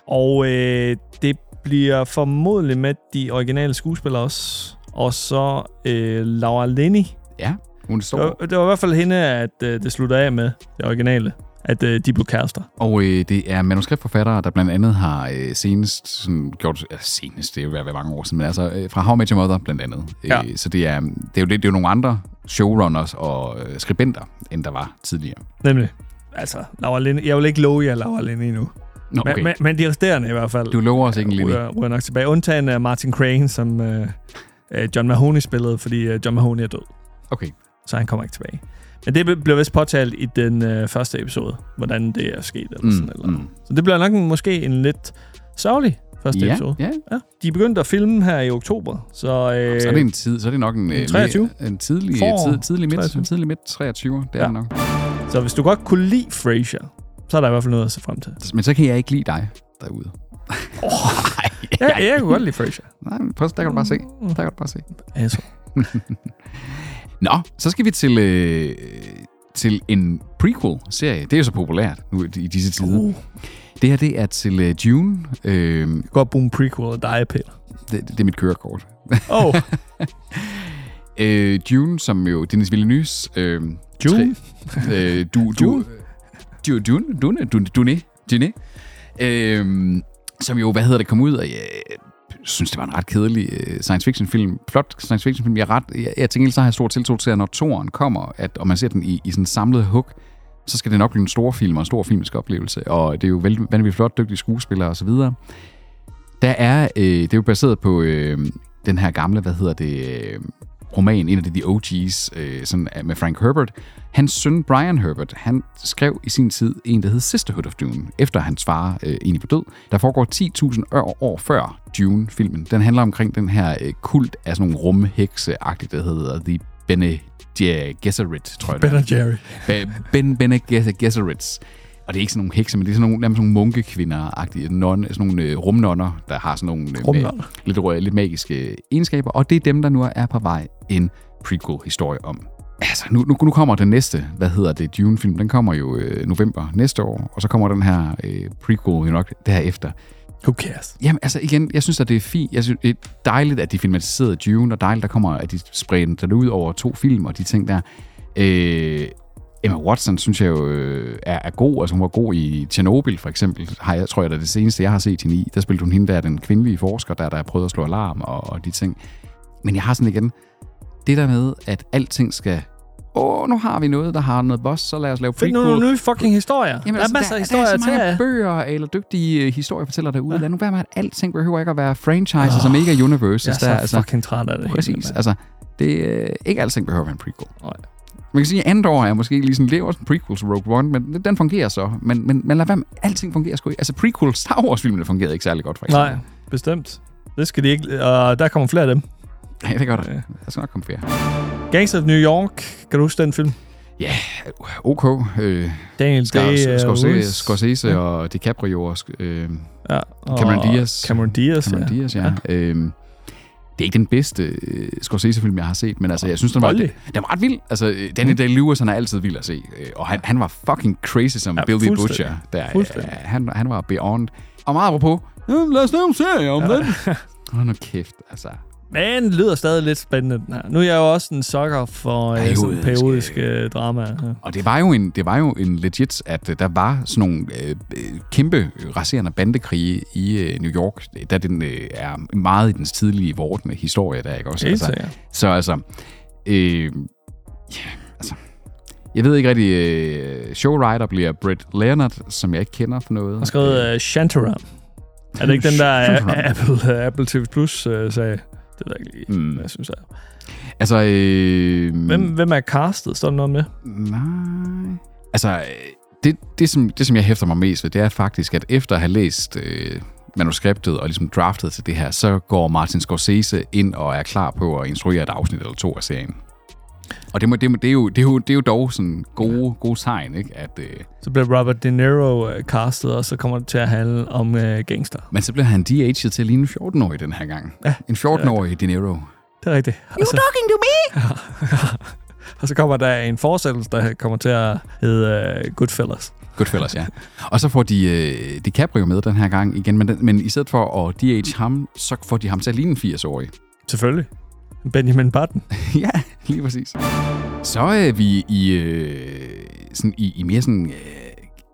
Speaker 5: Og øh, det bliver formodentlig med de originale skuespillere også, og så øh, Laura Linney,
Speaker 6: Ja, hun
Speaker 5: Det var,
Speaker 6: står.
Speaker 5: det var i hvert fald hende, at øh, det slutter af med det originale, at øh, de blev kærester.
Speaker 6: Og øh, det er manuskriptforfattere, der blandt andet har øh, senest sådan, gjort... Ja, senest, det er jo været mange år siden, men altså øh, fra How I Met Your Mother blandt andet.
Speaker 5: Ja.
Speaker 6: Øh, så det er, det, er jo, det, det er jo nogle andre showrunners og øh, skribenter, end der var tidligere.
Speaker 5: Nemlig. Altså, Laura Lind, jeg vil ikke love jer Laura Lind endnu.
Speaker 6: Nå,
Speaker 5: Okay. Men, men, men de resterende i hvert fald
Speaker 6: du lover os ikke en lille...
Speaker 5: ryger, ryger nok tilbage. Undtagen af Martin Crane, som øh, øh, John Mahoney spillede, fordi øh, John Mahoney er død,
Speaker 6: Okay.
Speaker 5: så han kommer ikke tilbage. Men det be- blev vist påtalt i den øh, første episode, hvordan det er sket. Eller mm, sådan,
Speaker 6: Mm,
Speaker 5: eller. Mm.
Speaker 6: mm.
Speaker 5: Så det bliver nok en, måske en lidt sørgelig første
Speaker 6: Ja,
Speaker 5: episode.
Speaker 6: ja.
Speaker 5: ja. De begyndte at filme her i oktober, så... Øh,
Speaker 6: Så er det, en tid, så er det nok en, øh, mere-
Speaker 5: 23?
Speaker 6: en tidlig,
Speaker 5: Forår.
Speaker 6: tid, tidlig, midt,
Speaker 5: 23.
Speaker 6: en tidlig midt 23. Det er
Speaker 5: Ja.
Speaker 6: ja. det nok.
Speaker 5: Så hvis du godt kunne lide Frasier, så er der i hvert fald noget at se frem
Speaker 6: <laughs>
Speaker 5: til.
Speaker 6: Men så kan jeg ikke lide dig derude. Oh,
Speaker 5: Ja, jeg kunne godt lide
Speaker 6: <laughs>
Speaker 5: Frasier.
Speaker 6: Nej, men prøv, der kan du bare se. Der kan du bare se.
Speaker 5: Altså.
Speaker 6: Nå, så skal vi til, øh, til en prequel-serie. Det er jo så populært nu i disse tider. Uh. Det her, det er til øh, June. Øh,
Speaker 5: Jeg kan godt bruge en prequel af dig, Peter.
Speaker 6: det, det er mit kørekort. <laughs>
Speaker 5: Åh, oh,
Speaker 6: Øh, June, som jo Dennis Villeneuve's... Øh,
Speaker 5: June?
Speaker 6: Tre, øh, du, du,
Speaker 5: June?
Speaker 6: Ju- June? Dune? Dune? Dune? Dune? Øh, som jo, hvad hedder det, kom ud og jeg synes, det var en ret kedelig øh, science fiction film. Flot science fiction film. Jeg, er ret, jeg, jeg tænker, så har jeg stor tiltro til, at når toren kommer, at, og man ser den i, i sådan en samlet hug, så skal det nok blive en stor film og en stor filmisk oplevelse. Og det er jo vel- vanvittigt flot, dygtige skuespillere osv. Der er, øh, det er jo baseret på øh, den her gamle, hvad hedder det, øh, roman, en af de, de OG's, øh, sådan, øh, med Frank Herbert. Hans søn Brian Herbert, han skrev i sin tid en, der hed Sisterhood of Dune, efter hans far øh, egentlig var død. Der foregår 10.000 år, år før Dune-filmen. Den handler omkring den her øh, kult af sådan nogle rumhekse-agtigt, der hedder The Bene Gesserit, tror jeg. det er.
Speaker 5: Ben og Jerry.
Speaker 6: Ba- Øh, Ben Bene Gesser- Gesserits. Og det er ikke sådan nogle hekse, men det er sådan nogle, nærmest nogle munkekvinder-agtige, non, sådan nogle øh, rumnonner, der har sådan nogle øh,
Speaker 5: Rumnonner.
Speaker 6: ma- lidt, rø- lidt magiske egenskaber. Og det er dem, der nu er på vej en prequel-historie om. Altså, nu, nu, nu kommer den næste, hvad hedder det, Dune-film. Den kommer jo øh, november næste år, og så kommer den her øh, prequel jo nok derefter.
Speaker 5: Who cares?
Speaker 6: Jamen, altså igen, jeg synes, at det er fint. Jeg synes, det er dejligt, at de filmatiserede Dune, og dejligt, der kommer, at de spreder det ud over to film og de ting der. Øh, Emma Watson, synes jeg jo, øh, er, er god. Altså, hun var god i Tjernobyl, for eksempel. Har jeg, tror jeg, det er det seneste, jeg har set hende i. Der spillede hun hende, der er den kvindelige forsker, der, der prøvede at slå alarm og, og de ting. Men jeg har sådan igen, det der med, at alting skal... Åh, nu har vi noget, der har noget boss, så lad os lave
Speaker 5: Find
Speaker 6: prequel.
Speaker 5: nogle nye fucking historier. Jamen, der er masser af historier
Speaker 6: altså, der er så mange
Speaker 5: at tage af.
Speaker 6: bøger eller dygtige øh, historiefortællere derude. Ja. Lad nu være med, at alting behøver ikke at være franchises oh, og mega universes.
Speaker 5: Jeg er så
Speaker 6: der, altså,
Speaker 5: fucking træt af det. hele,
Speaker 6: præcis.
Speaker 5: mand.
Speaker 6: Altså, det, øh, ikke alting behøver at være en prequel.
Speaker 5: Nej.
Speaker 6: Man kan sige, at andet år er måske lige sådan, det er også en prequel til Rogue One, men den fungerer så. Men, men, men lad være med, alting fungerer sgu ikke. Altså prequel Star Wars-filmene fungerede ikke særlig godt, for eksempel.
Speaker 5: Nej, bestemt. Det skal de ikke... Og der kommer flere af dem.
Speaker 6: Nej, det gør der. Der skal nok komme flere.
Speaker 5: Gangs of New York. Kan du huske den film?
Speaker 6: Ja, OK. Øh,
Speaker 5: Daniel
Speaker 6: Skars,
Speaker 5: Day,
Speaker 6: det,
Speaker 5: øh,
Speaker 6: Scorsese,
Speaker 5: Woods.
Speaker 6: Scorsese ja. og DiCaprio og sk- øh,
Speaker 5: Ja,
Speaker 6: Cameron
Speaker 5: og
Speaker 6: Diaz.
Speaker 5: Cameron Diaz,
Speaker 6: Cameron
Speaker 5: ja.
Speaker 6: Diaz, ja. ja. Øhm, det er ikke den bedste øh, Scorsese-film, jeg har set, men altså, jeg synes, den var, den,
Speaker 5: Voldelig.
Speaker 6: den var ret vild. Altså, øh,
Speaker 5: Mm.
Speaker 6: Danny Day-Lewis, han er altid vild at se, øh, og han, han var fucking crazy som
Speaker 5: Ja,
Speaker 6: ja, Billy
Speaker 5: fuldstændig.
Speaker 6: Butcher. Der, øh,
Speaker 5: Fuldstændig.
Speaker 6: han, han var beyond. Og meget apropos, "Ja, lad os lave en serie om
Speaker 5: <laughs>
Speaker 6: ja. den. Åh, nu kæft, altså.
Speaker 5: Men det lyder stadig lidt spændende. den her. Nu er jeg jo også en sucker for øh, sådan
Speaker 6: Periodiske-
Speaker 5: periodiske dramaer. Ja.
Speaker 6: Og det var jo en, det var jo en legit, at øh, der var sådan nogle øh, øh, kæmpe øh, raserende bandekrige i øh, New York, da den øh, er meget i dens tidlige vortende historie, der ikke også?
Speaker 5: Helt sikkert.
Speaker 6: så altså, øh, ja, altså, jeg ved ikke rigtig, øh, showwriter bliver Brett Leonard, som jeg ikke kender for noget.
Speaker 5: har skrevet uh, Shantaram. Er det ikke den, der
Speaker 6: <laughs> Shantaram.
Speaker 5: uh, Apple, uh, Apple TV Plus uh, sagde? Det ved jeg ikke lige, mm.
Speaker 6: Mm.
Speaker 5: hvad jeg synes. Jeg.
Speaker 6: Altså, øh,
Speaker 5: Hvem, mm. hvem er castet? Står der noget med?
Speaker 6: Nej. Altså, øh, det, det, som, det, som jeg hæfter mig mest ved, det er faktisk, at efter at have læst øh, manuskriptet og ligesom draftet til det her, så går Martin Scorsese ind og er klar på at instruere et afsnit eller to af serien. Og det, må, det, må, det, er, jo, det, er, jo, det er jo dog sådan gode, gode tegn, ikke? At, øh,
Speaker 5: Så bliver Robert De Niro uh, castet, og så kommer det til at handle om uh, gangster.
Speaker 6: men så bliver han DH'et til at ligne en 14-årig den her gang. Ja, en 14-årig De Niro.
Speaker 5: Det er rigtigt. Og så,
Speaker 8: Talking to
Speaker 5: <laughs>
Speaker 8: me?
Speaker 5: og så kommer der en forestillelse, der kommer til at hedde uh, Goodfellas.
Speaker 6: Goodfellas, ja. Og så får de øh, DiCaprio med den her gang igen, men, den, men i stedet for at DH ham, så får de ham til at ligne en 80-årig.
Speaker 5: Selvfølgelig. Benjamin Button.
Speaker 6: <laughs> ja, lige præcis. Så er vi i, øh, sådan, i, i mere sådan... Øh,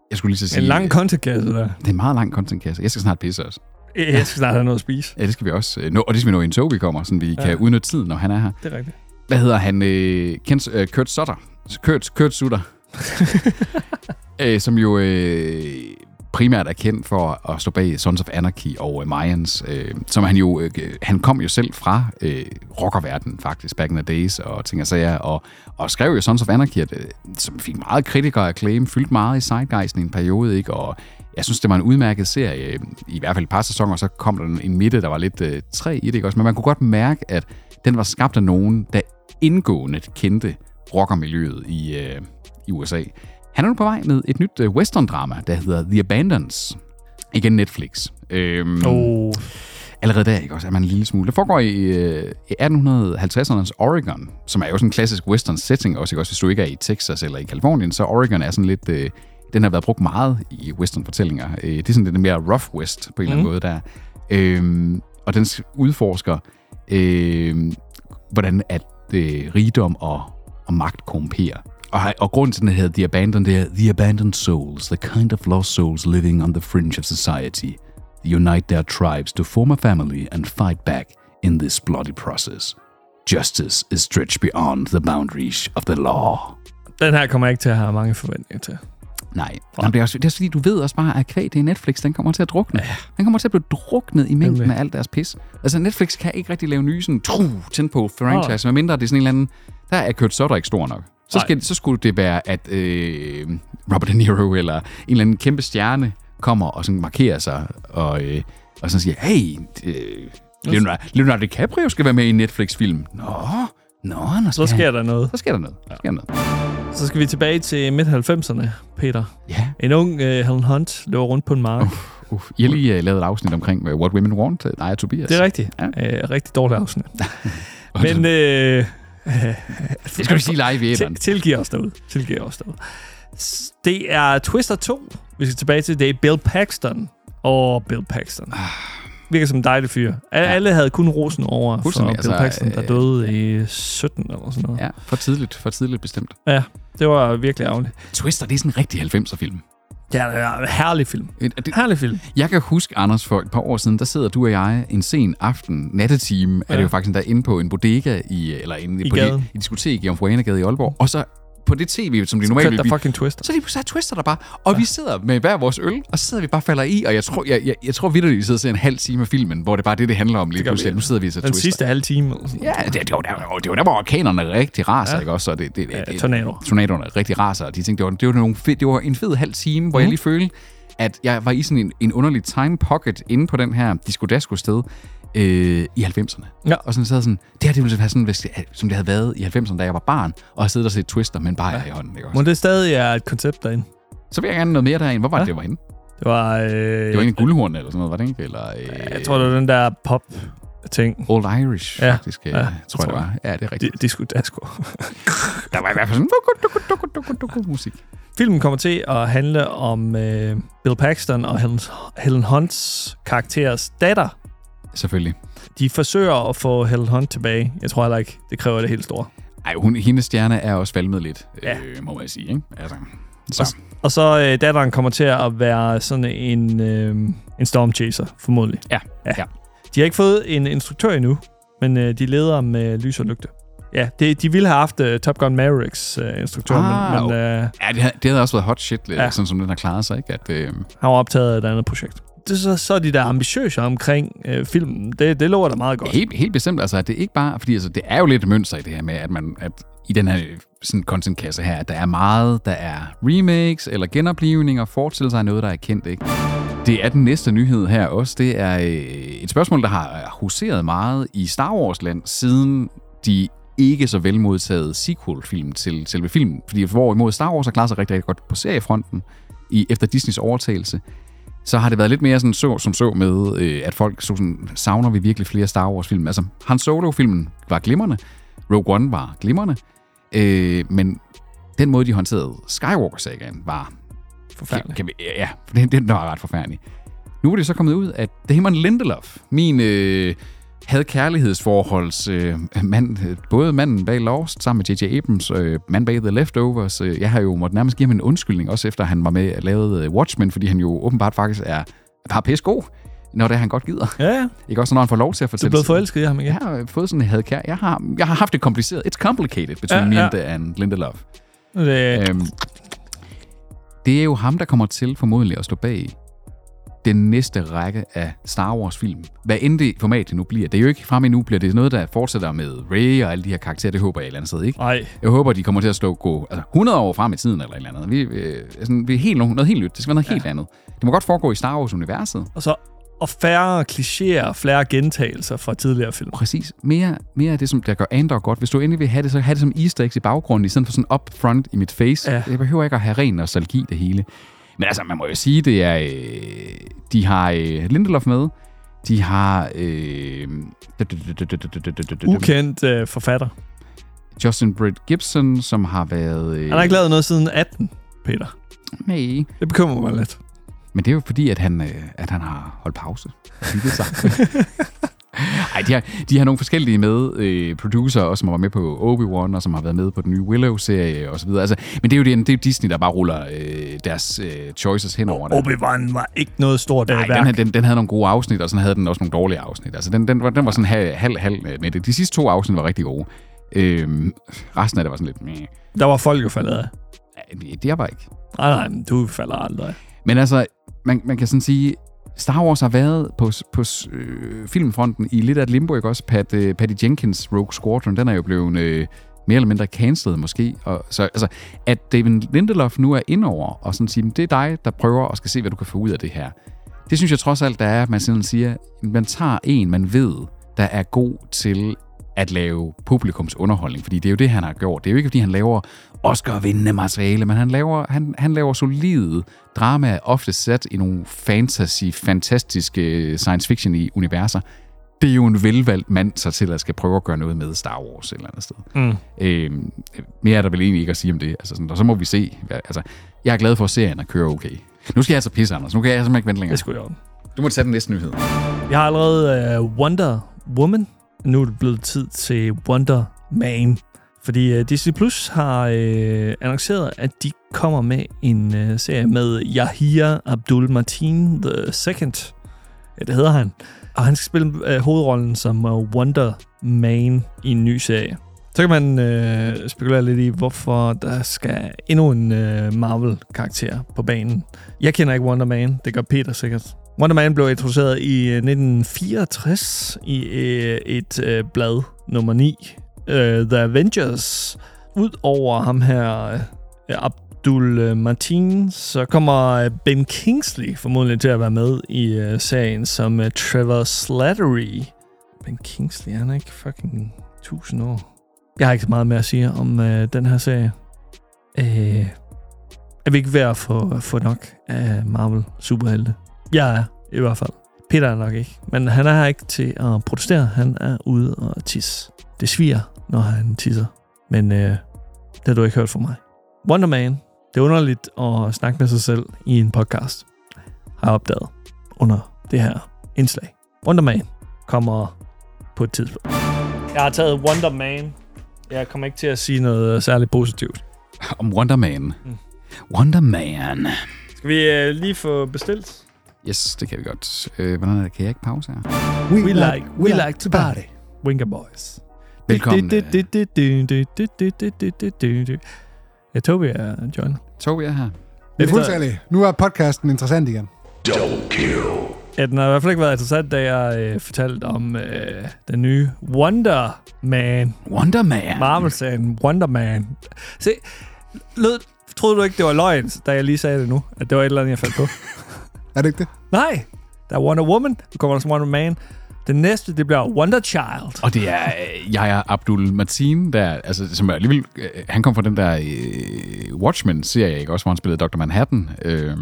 Speaker 6: jeg skulle lige så sige... øh,
Speaker 5: En lang kontekasse der.
Speaker 6: det er en meget lang contentkasse. Jeg skal snart pisse os.
Speaker 5: Jeg skal snart have noget at spise.
Speaker 6: Ja, det skal vi også øh, nå, og det skal vi nå, inden Tobi kommer, så vi ja. kan udnytte tiden, når han er her.
Speaker 5: Det er rigtigt.
Speaker 6: Hvad hedder han? Øh, Kent, øh, Kurt Sutter. Kurt, Kurt Sutter. øh, som jo øh, primært er kendt for at stå bag Sons of Anarchy og øh, Mayans. Øh, som han jo... Øh, han kom jo selv fra øh, rockerverdenen, faktisk, back in the days og ting og sager. Og, og skrev jo Sons of Anarchy, at, øh, som fik meget kritikere acclaim, fyldte meget i Sidegeisen i en periode, ikke? Og jeg synes, det var en udmærket serie. I hvert fald et par sæsoner, så kom der en- en midte, der var lidt øh, træ i det, ikke også? Men man kunne godt mærke, at den var skabt af nogen, der indgående kendte rockermiljøet i, øh, i USA. Han er nu på vej med et nyt øh, western-drama, der hedder The Abandons. Igen Netflix. Øhm,
Speaker 5: Oh,
Speaker 6: Allerede der, ikke også, er man en lille smule. Det foregår i, øh, i 1850'ernes Oregon, som er jo sådan en klassisk western setting også, ikke også, hvis du ikke er i Texas eller i Kalifornien, så Oregon er sådan lidt... Øh, den har været brugt meget i western-fortællinger. Øh, det er sådan lidt mere rough west på en mm. eller anden måde der. Øh, og den udforsker, øh, hvordan at øh, rigdom og, og magt korrumperer. Og, og grunden til, at den hedder The Abandoned, det er The Abandoned Souls, the kind of lost souls living on the fringe of society, unite their tribes to form a family and fight back in this bloody process. Justice is stretched beyond the boundaries of the law.
Speaker 5: den her kommer jeg ikke til at have mange forventninger til.
Speaker 6: Nej, Jamen, det, er også, det er også fordi, du ved også bare, at kvæg det er Netflix, den kommer til at drukne. Ja. Den kommer til at blive druknet i mængden af alt deres pis. Altså Netflix kan ikke rigtig lave nye sådan, tru, tænd på franchise, medmindre det er sådan en eller anden, der er Kurt Sutter ikke stor nok. Så,
Speaker 5: Nej.
Speaker 6: skal, så skulle det være, at øh, Robert De Niro eller en eller anden kæmpe stjerne kommer og sådan markerer sig og, øh, og sådan siger, hey, øh, Leonardo, Leonardo DiCaprio skal være med i en Netflix-film. Nå, nå, nå
Speaker 5: Så sker der noget.
Speaker 6: så sker der noget. Så sker der noget.
Speaker 5: Så skal vi tilbage til midt-90'erne, Peter.
Speaker 6: Ja.
Speaker 5: En ung uh, Helen Hunt løber rundt på en mark. Uh,
Speaker 6: Uf, I har lige uh, lavet et afsnit omkring uh, What Women Want, øh, dig og Tobias.
Speaker 5: det er rigtigt.
Speaker 6: Ja.
Speaker 5: Ja. Uh, rigtig dårligt afsnit. Men uh,
Speaker 6: <laughs> Det skal vi sige live i
Speaker 5: <laughs>
Speaker 6: æderen.
Speaker 5: til, tilgiv os derude. Tilgiv os derude. S- Det
Speaker 6: Ah.
Speaker 5: er Twister 2. Vi skal tilbage til det. er Bill Paxton. Åh, oh, Bill Paxton. virker som en dejlig fyr. Al- Alle havde kun rosen over for Bill
Speaker 6: Fuldstændig, altså,
Speaker 5: Paxton, der
Speaker 6: øh,
Speaker 5: døde i 17 eller sådan noget.
Speaker 6: Ja, for tidligt, for tidligt bestemt.
Speaker 5: Ja, ja det var virkelig ærgerligt.
Speaker 6: Twister, det er sådan en rigtig 90'er-film.
Speaker 5: Det er en herlig film.
Speaker 6: Øh, Det-
Speaker 5: Herlig film.
Speaker 6: Jeg kan huske, Anders, for et par år siden, der sidder du og jeg en sen aften, nattetime, ja. er det jo faktisk, der er inde på en bodega, i, øh, eller inde
Speaker 5: I
Speaker 6: på
Speaker 5: gaden.
Speaker 6: Det, i diskotek i Omfruanagade i Aalborg, og så på det tv, som de normalt
Speaker 5: Kørte
Speaker 6: ville
Speaker 5: der
Speaker 6: vise-
Speaker 5: fucking twister.
Speaker 6: så lige pludselig er Twister der bare, og ja. vi sidder med hver vores øl, og så sidder vi bare og falder i, og jeg tror, jeg, jeg, jeg tror vidderligt, vi sidder og ser en halv time af filmen, hvor det er bare det, det handler om lige
Speaker 5: gør vi,
Speaker 6: pludselig.
Speaker 5: ja.
Speaker 6: Nu sidder vi og ser
Speaker 5: Den
Speaker 6: Twister.
Speaker 5: sidste halve time. Eller sådan. noget.
Speaker 6: Ja, det, det, var der, det var der, hvor orkanerne rigtig raser, ja. ikke også? Og det, det, det,
Speaker 5: Ja,
Speaker 6: det-
Speaker 5: tornadoer.
Speaker 6: Tornadoerne rigtig raser, og de tænkte, det var, det var, nogle fed, det var en fed halv time, hvor mm. jeg lige følte, at jeg var i sådan en, en underlig time pocket inde på den her disco-dasko-sted øh, i 90'erne.
Speaker 5: Ja.
Speaker 6: Og sådan sad sådan, det her det ville være sådan, hvis, det- som det havde været i 90'erne, da jeg var barn, og har siddet og set Twister med en bajer ja. i hånden, ikke også?
Speaker 5: Må det stadig er et koncept derinde?
Speaker 6: Så vil jeg gerne noget mere derinde. Hvor var det, det var henne?
Speaker 5: Det var... Øh,
Speaker 6: Det var en guldhorn eller sådan noget, var det ikke? Eller, øh,
Speaker 5: Jeg tror, det var den der pop-ting.
Speaker 6: Old Irish,
Speaker 5: Ja.
Speaker 6: ja. faktisk, ja,
Speaker 5: Ja,
Speaker 6: tror
Speaker 5: det
Speaker 6: jeg,
Speaker 5: tror
Speaker 6: det var. Ja, det er rigtigt.
Speaker 5: Det, det skulle Dasko.
Speaker 6: Der var i hvert fald sådan duku, duku, duku, duku, duku, musik.
Speaker 5: Filmen kommer til at handle om øh, Bill Paxton og Helen, Helen Hunts karakteres datter.
Speaker 6: Selvfølgelig.
Speaker 5: De forsøger at få Helen Hunt tilbage. Jeg tror heller ikke, det kræver det helt store.
Speaker 6: Ej, hun, hendes stjerne er også valmet lidt,
Speaker 5: Ja.
Speaker 6: ja. øh, må man sige. Ikke? Altså,
Speaker 5: Og,
Speaker 6: så.
Speaker 5: s- og så øh, datteren kommer til at være sådan en, øh, en stormchaser, formodentlig.
Speaker 6: Ja,
Speaker 5: Ja.
Speaker 6: ja.
Speaker 5: De har ikke fået en instruktør endnu, men øh, de leder med lys og lygte. Ja, det, de ville have haft øh, Top Gun Mavericks øh, instruktør,
Speaker 6: Ah,
Speaker 5: men, men øh,
Speaker 6: Ja, det, havde, det havde også været hot shit,
Speaker 5: Ja.
Speaker 6: ja. sådan som den har klaret sig. Ikke? At, øh,
Speaker 5: han var optaget af et andet projekt. Det, så, så er de der ambitiøse omkring øh, filmen. Det, det lover da meget godt.
Speaker 6: helt, helt bestemt, altså, at det ikke bare... Fordi altså, det er jo lidt et mønster i det her med, at man... At i den her øh, sådan contentkasse her, at der er meget, der er remakes eller genoplivninger, forestille sig noget, der er kendt, ikke? Det er den næste nyhed her også. Det er øh, et spørgsmål, der har huseret meget i Star Wars-land, siden de ikke så velmodtagede sequel-film til selve filmen. Fordi hvorimod Star Wars har klaret sig rigtig, rigtig godt på seriefronten, i, efter Disneys overtagelse, så har det været lidt mere sådan så, som så med, øh, at folk så sådan, savner vi virkelig flere Star Wars-film. Altså, Han Solo-filmen var glimrende, Rogue One var glimrende, øh, men den måde, de håndterede Skywalker-sagen var
Speaker 5: Forfærdeligt.
Speaker 6: kan vi, ja, for den, den var ret forfærdelig. Nu er det så kommet ud, at Damon Lindelof, min øh, havde kærlighedsforholds øh, mand, øh, både manden bag Lost sammen med J.J. Abrams, øh, mand bag The Leftovers. Øh, jeg har jo måttet nærmest give ham en undskyldning, også efter han var med at lave øh, Watchmen, fordi han jo åbenbart faktisk er bare pissegod, når det er, han godt gider.
Speaker 5: Ja, ja.
Speaker 6: Ikke også, når han får lov til at
Speaker 5: Du er
Speaker 6: fortælle...
Speaker 5: blevet forelsket i ham igen.
Speaker 6: Jeg har øh, fået sådan en hadkær. Jeg har, jeg har haft det kompliceret. It's complicated between
Speaker 5: Ja,
Speaker 6: ja, me
Speaker 5: ja.
Speaker 6: and, and Lindelof.
Speaker 5: Det,
Speaker 6: Øhm, det er jo ham, der kommer til formodentlig at stå bag den næste række af Star Wars-film. Hvad end det format det nu bliver. Det er jo ikke frem endnu, bliver det noget, der fortsætter med Ray og alle de her karakterer. Det håber jeg et eller andet sted, ikke?
Speaker 5: nej,
Speaker 6: Jeg håber, de kommer til at stå gå altså 100 år frem i tiden eller et eller andet. Vi, øh, sådan, vi er helt, no- noget helt nyt. Det skal være noget ja. helt andet. Det må godt foregå i Star Wars-universet.
Speaker 5: og så og færre klichéer og flere gentagelser fra tidligere film.
Speaker 6: Præcis. Mere, mere af det, som der gør Andor godt. Hvis du endelig vil have det, så have det som easter eggs i baggrunden, i stedet for sådan up front i mit face.
Speaker 5: Ja.
Speaker 6: Ja. Jeg behøver ikke at have ren nostalgi det hele. Men altså, man må jo sige, det er... Øh, de har øh, Lindelof med. De har... Øh,
Speaker 5: Ukendt øh, forfatter.
Speaker 6: Justin Britt Gibson, som har været... Øh,
Speaker 5: Han har ikke lavet noget siden 18, Peter.
Speaker 6: Nej.
Speaker 5: Det bekymrer mig lidt.
Speaker 6: Men det er jo fordi, at han, øh, at han har holdt pause. Hygget
Speaker 5: <laughs>
Speaker 6: sig. Ej, de har, de har nogle forskellige med øh, producer, også, som var med på Obi-Wan, og som har været med på den nye Willow-serie osv. Altså, men det er jo det, det er jo Disney, der bare ruller øh, deres øh, choices henover. der.
Speaker 5: Obi-Wan var ikke noget stort
Speaker 6: Nej,
Speaker 5: øh, værk.
Speaker 6: den, her- den, den havde nogle gode afsnit, og så havde den også nogle dårlige afsnit. Altså, den, den, var- den var sådan halv, halv, halv med det. De sidste to afsnit var rigtig gode. Øhm, resten af det var sådan lidt... Meh.
Speaker 5: Der var folk jo faldet af.
Speaker 6: Ja, Det er bare ikke.
Speaker 5: Nej, nej, men du falder aldrig af.
Speaker 6: Men altså, man, man kan sådan sige, Star Wars har været på, på øh, filmfronten i lidt af et limbo, ikke også? Pat, øh, Patty Jenkins' Rogue Squadron, den er jo blevet øh, mere eller mindre cancelled måske. Og, så altså, at David Lindelof nu er indover og sådan siger, det er dig, der prøver og skal se, hvad du kan få ud af det her. Det synes jeg trods alt, der er, at man sådan siger, man tager en, man ved, der er god til at lave publikumsunderholdning, fordi det er jo det, han har gjort. Det er jo ikke, fordi han laver Oscar-vindende materiale, men han laver, han, han laver solide dramaer, ofte sat i nogle fantasy, fantastiske øh, science fiction i universer. Det er jo en velvalgt mand, så til at skal prøve at gøre noget med Star Wars et eller andet sted. Mm. Øh, mere er der vel egentlig ikke at sige om det. Altså sådan, og så må vi se. hvad- Altså, jeg er glad for, at serien at køre okay. Nu skal jeg altså pisse, Anders. Nu kan jeg simpelthen ikke vente længere.
Speaker 5: Det skulle jeg
Speaker 6: Du må tage den næste nyhed.
Speaker 5: Jeg har allerede uh, Wonder Woman. Nu er det blevet tid til Wonder Man. Fordi uh, Disney Plus har uh, annonceret, at de kommer med en uh, serie med Yahya Abdul Martin the Second. Ja, det hedder han. Og han skal spille uh, hovedrollen som uh, Wonder Man i en ny serie. Så kan man øh, spekulere lidt i, hvorfor der skal endnu en øh, Marvel-karakter på banen. Jeg kender ikke Wonder Man, det gør Peter sikkert. Wonder Man blev introduceret i øh, 1964 i øh, et øh, blad nummer 9, øh, The Avengers. Udover ham her, øh, Abdul øh, Martin, så kommer øh, Ben Kingsley formodentlig til at være med i øh, serien som øh, Trevor Slattery. Ben Kingsley, han er ikke fucking 1000 år. Jeg har ikke så meget mere at sige om øh, den her serie. Øh, er vi ikke ved at få, få nok af Marvel superhelte? Jeg er, i hvert fald. Peter er nok ikke. Men han er her ikke til at protestere. Han er ude og tisse. Det sviger, når han tisser. Men øh, det har du ikke hørt fra mig. Wonder Man. Det er underligt at snakke med sig selv i en podcast. Har jeg opdaget under det her indslag. Wonder Man kommer på et tidspunkt. Jeg har taget Wonder Man. Jeg kommer ikke til at sige noget særligt positivt.
Speaker 6: <laughs> Om Wonder Man. Wonder Man.
Speaker 5: Skal vi øh, lige få bestilt?
Speaker 6: Yes, det kan vi godt. Øh, hvordan er det? Kan jeg ikke pause her?
Speaker 5: We, we like, we like to party. Winker Boys.
Speaker 6: Velkommen, øh,
Speaker 5: Ja, Tobi er John.
Speaker 6: Tobi er her.
Speaker 10: Det er fuldstændig. Nu er podcasten interessant igen.
Speaker 4: Don't kill.
Speaker 5: Ja, den har i hvert fald ikke været interessant, da jeg øh, fortalte om øh, den nye Wonder Man.
Speaker 6: Wonder Man.
Speaker 5: Marvel-serien Wonder Man. Se, lød, troede du ikke, det var løgn, da jeg lige sagde det nu? At det var et eller andet, jeg fandt <laughs> på?
Speaker 10: Er det ikke det?
Speaker 5: Nej! Der er Wonder Woman, der kommer også Wonder Man. Den næste, det bliver Wonder Child.
Speaker 6: Og det er øh, Jaja Abdul Martin, der, altså, som er alligevel... Øh, han kom fra den der øh, Watchmen-serie, ikke? Også hvor han spillede Dr. Manhattan. Øh,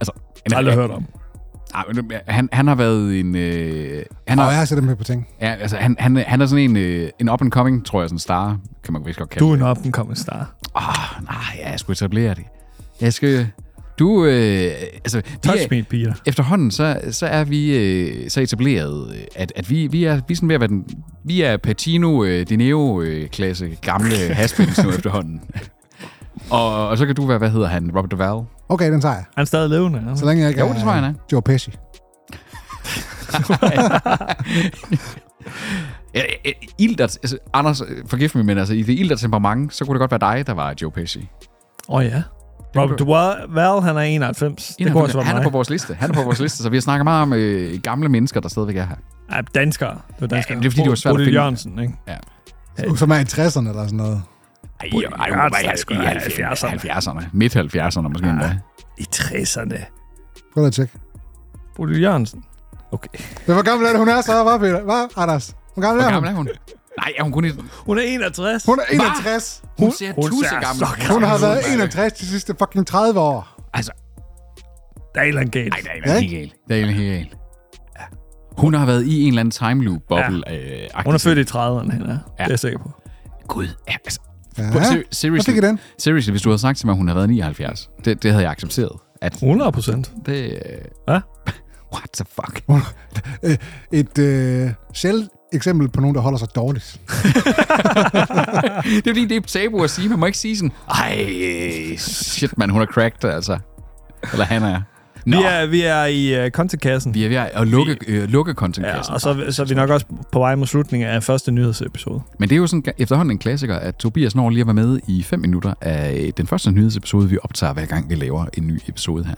Speaker 6: altså, en,
Speaker 5: Aldrig hørt om.
Speaker 6: Ej, men, øh, han, han har været en... Øh, han,
Speaker 10: Nå,
Speaker 6: har,
Speaker 10: jeg har set dem med på ting.
Speaker 6: ja, altså, han, han, han er sådan en, øh, en up-and-coming, tror jeg, sådan star, kan man vist godt kalde
Speaker 5: Du er
Speaker 6: det.
Speaker 5: en up star.
Speaker 6: Ah, nej, ja, jeg skulle etablere det. Jeg skal... Du, øh, altså... vi
Speaker 5: Touch
Speaker 6: er-
Speaker 5: me, Peter.
Speaker 6: efterhånden, så, så er vi øh, så etableret, øh, at, at vi, vi, er, vi er sådan ved at være den, vi er Patino, øh, De Neo-klasse, <laughs> gamle haspins nu efterhånden. og, og så kan du være, hvad hedder han, Robert <laughs> Duvall?
Speaker 10: Okay, den tager jeg.
Speaker 5: Han er stadig levende.
Speaker 10: Så
Speaker 5: Altså.
Speaker 10: længe jeg ikke
Speaker 6: Jo, det tror jeg, han er.
Speaker 10: Joe Pesci.
Speaker 6: Ja, ja, Ild, altså, Anders, øh, forgiv mig, men altså, i det ildt temperament, så kunne det godt være dig, der var Joe Pesci.
Speaker 5: Åh oh, ja. Robert Duvall, han er 91. Det kunne også
Speaker 6: han er
Speaker 5: være
Speaker 6: på
Speaker 5: mig.
Speaker 6: vores liste, han er på vores liste, så vi har snakket meget om øh, gamle mennesker, der stadigvæk er her.
Speaker 5: Ja, danskere. Det var danskere.
Speaker 6: det er fordi, det var svært at
Speaker 5: Bodil
Speaker 6: finde.
Speaker 5: Jørgensen, ikke?
Speaker 10: Som er i 60'erne eller sådan noget.
Speaker 6: Ej,
Speaker 5: Bodil
Speaker 6: ej,
Speaker 5: Jørgensen
Speaker 6: ej,
Speaker 5: er sgu
Speaker 6: i
Speaker 5: da
Speaker 6: 70'erne.
Speaker 5: 70'erne.
Speaker 6: 70'erne. Midt-70'erne måske endda.
Speaker 5: I 60'erne.
Speaker 10: Prøv lige at tjekke.
Speaker 5: Bodil Jørgensen. Okay.
Speaker 10: Men hvor gammel er det, hun er så? Hvad, Peter? Hvad, Anders? Hvor gammel er
Speaker 6: Hvor
Speaker 10: hun?
Speaker 6: gammel er hun? Nej, er hun kun i...
Speaker 5: Hun er 61.
Speaker 10: Hun er 61.
Speaker 6: Hun ser
Speaker 5: hun ser
Speaker 6: tussegammel.
Speaker 5: så
Speaker 10: Hun har været 61 de sidste fucking 30 år.
Speaker 6: Altså,
Speaker 5: Der er et eller andet galt.
Speaker 6: nej, det er helt galt. Det er helt galt. Hun har været i en eller anden time loop boble ja. øh,
Speaker 5: Hun er født i 30'erne, hende er. Det er jeg sikker på.
Speaker 6: Gud, ja, altså...
Speaker 10: Ja.
Speaker 6: Prøv, ser,
Speaker 10: Hvor
Speaker 6: seriously,
Speaker 10: fik I den?
Speaker 6: seriously, hvis du havde sagt til mig, at hun havde været 79, det, det havde jeg accepteret. At <laughs>
Speaker 5: 100 procent.
Speaker 6: det... Øh,
Speaker 5: Hvad?
Speaker 6: <laughs> What the fuck?
Speaker 10: Øh, <laughs> Et øh, sjældent eksempel på nogen, der holder sig dårligt.
Speaker 6: det er fordi, det er tabu at sige. Man må ikke sige sådan, ej, øh, shit, man, hun er cracked, altså. Eller han er. Nå,
Speaker 5: Vi er, vi er i uh, contentkassen.
Speaker 6: vi er ved at lukke, øh, lukke
Speaker 5: Ja,
Speaker 6: contentkassen.
Speaker 5: og så, så er vi nok også på vej mod slutningen af første nyhedsepisode.
Speaker 6: Men det er jo sådan efterhånden en klassiker, at Tobias når lige at være med i 5 minutter af øh, den første nyhedsepisode, vi optager hver gang, vi laver en ny episode her.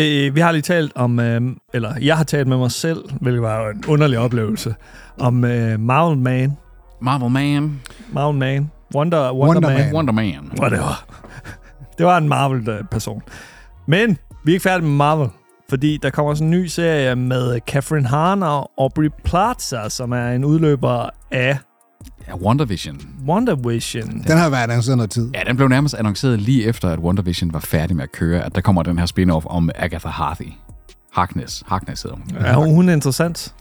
Speaker 5: Øh, vi har lige talt om, øh, eller jeg har talt med mig selv, hvilket var jo en underlig oplevelse, om øh, Marvel Man,
Speaker 6: Marvel Man,
Speaker 5: Marvel Man, Wonder, Wonder,
Speaker 10: Wonder
Speaker 5: Man,
Speaker 10: Man.
Speaker 6: Wonder Man.
Speaker 5: whatever. <laughs> Det var en Marvel-person. Men vi er ikke færdige med Marvel, fordi der kommer også en ny serie med Catherine Hahn og Aubrey Plaza, som er en udløber af
Speaker 6: Ja, WandaVision.
Speaker 5: Wonder Vision.
Speaker 10: Den har været annonceret noget tid.
Speaker 6: Ja, den blev nærmest annonceret lige efter, at WandaVision var færdig med at køre, at der kommer den her spin-off om Agatha Hardy. Harkness. Harkness hedder hun.
Speaker 5: Er hun, hun er interessant?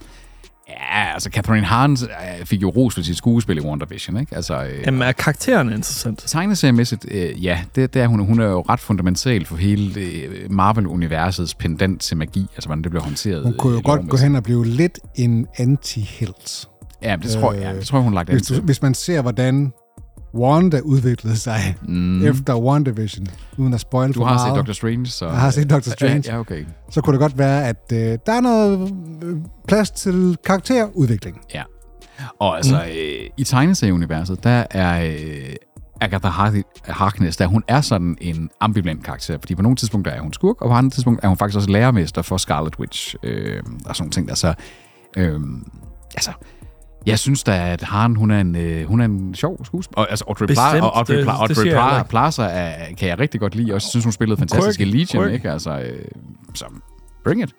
Speaker 6: Ja, altså Catherine Hans øh, fik jo ros for sit skuespil i WandaVision, ikke? Altså, øh,
Speaker 5: Jamen, er karaktererne interessant?
Speaker 6: tegneseriemæssigt, øh, ja, det, det er hun. Hun er jo ret fundamental for hele øh, Marvel-universets pendant til magi, altså hvordan det bliver håndteret.
Speaker 10: Hun kunne jo
Speaker 6: øh,
Speaker 10: godt gå
Speaker 6: lovmæssigt.
Speaker 10: hen og blive lidt en anti-helt.
Speaker 6: Ja, men det tror, jeg, ja, det tror jeg, hun har lagt an
Speaker 10: Hvis, du,
Speaker 6: til.
Speaker 10: hvis man ser, hvordan Wanda udviklede sig mm. efter WandaVision, uden at spoil
Speaker 6: Du
Speaker 10: for
Speaker 6: har set
Speaker 10: meget,
Speaker 6: Doctor Strange, så...
Speaker 10: Jeg har set Doctor Strange.
Speaker 6: Ja, ja, okay.
Speaker 10: så kunne det godt være, at øh, der er noget øh, plads til karakterudvikling.
Speaker 6: Ja. Og altså, mm. øh, i tegneserieuniverset, der er øh, Agatha Hark- Harkness, der hun er sådan en ambivalent karakter, fordi på nogle tidspunkter er hun skurk, og på andre tidspunkter er hun faktisk også lærermester for Scarlet Witch, øh, og sådan nogle ting der. Så, øh, altså, jeg synes da, at Harn, hun er en, øh, hun er en sjov skuespiller. Og, altså, Audrey, Bla-
Speaker 5: Bestemt,
Speaker 6: og Audrey,
Speaker 5: det-
Speaker 6: Pla-
Speaker 5: det
Speaker 6: Audrey
Speaker 5: siger jeg heller
Speaker 6: Pla-
Speaker 5: ikke.
Speaker 6: Plaza er, kan jeg rigtig godt lide. Jeg synes, hun spillede fantastisk i
Speaker 5: Quirky,
Speaker 6: Legion,
Speaker 5: quirky.
Speaker 6: ikke? Altså, øh, så bring it.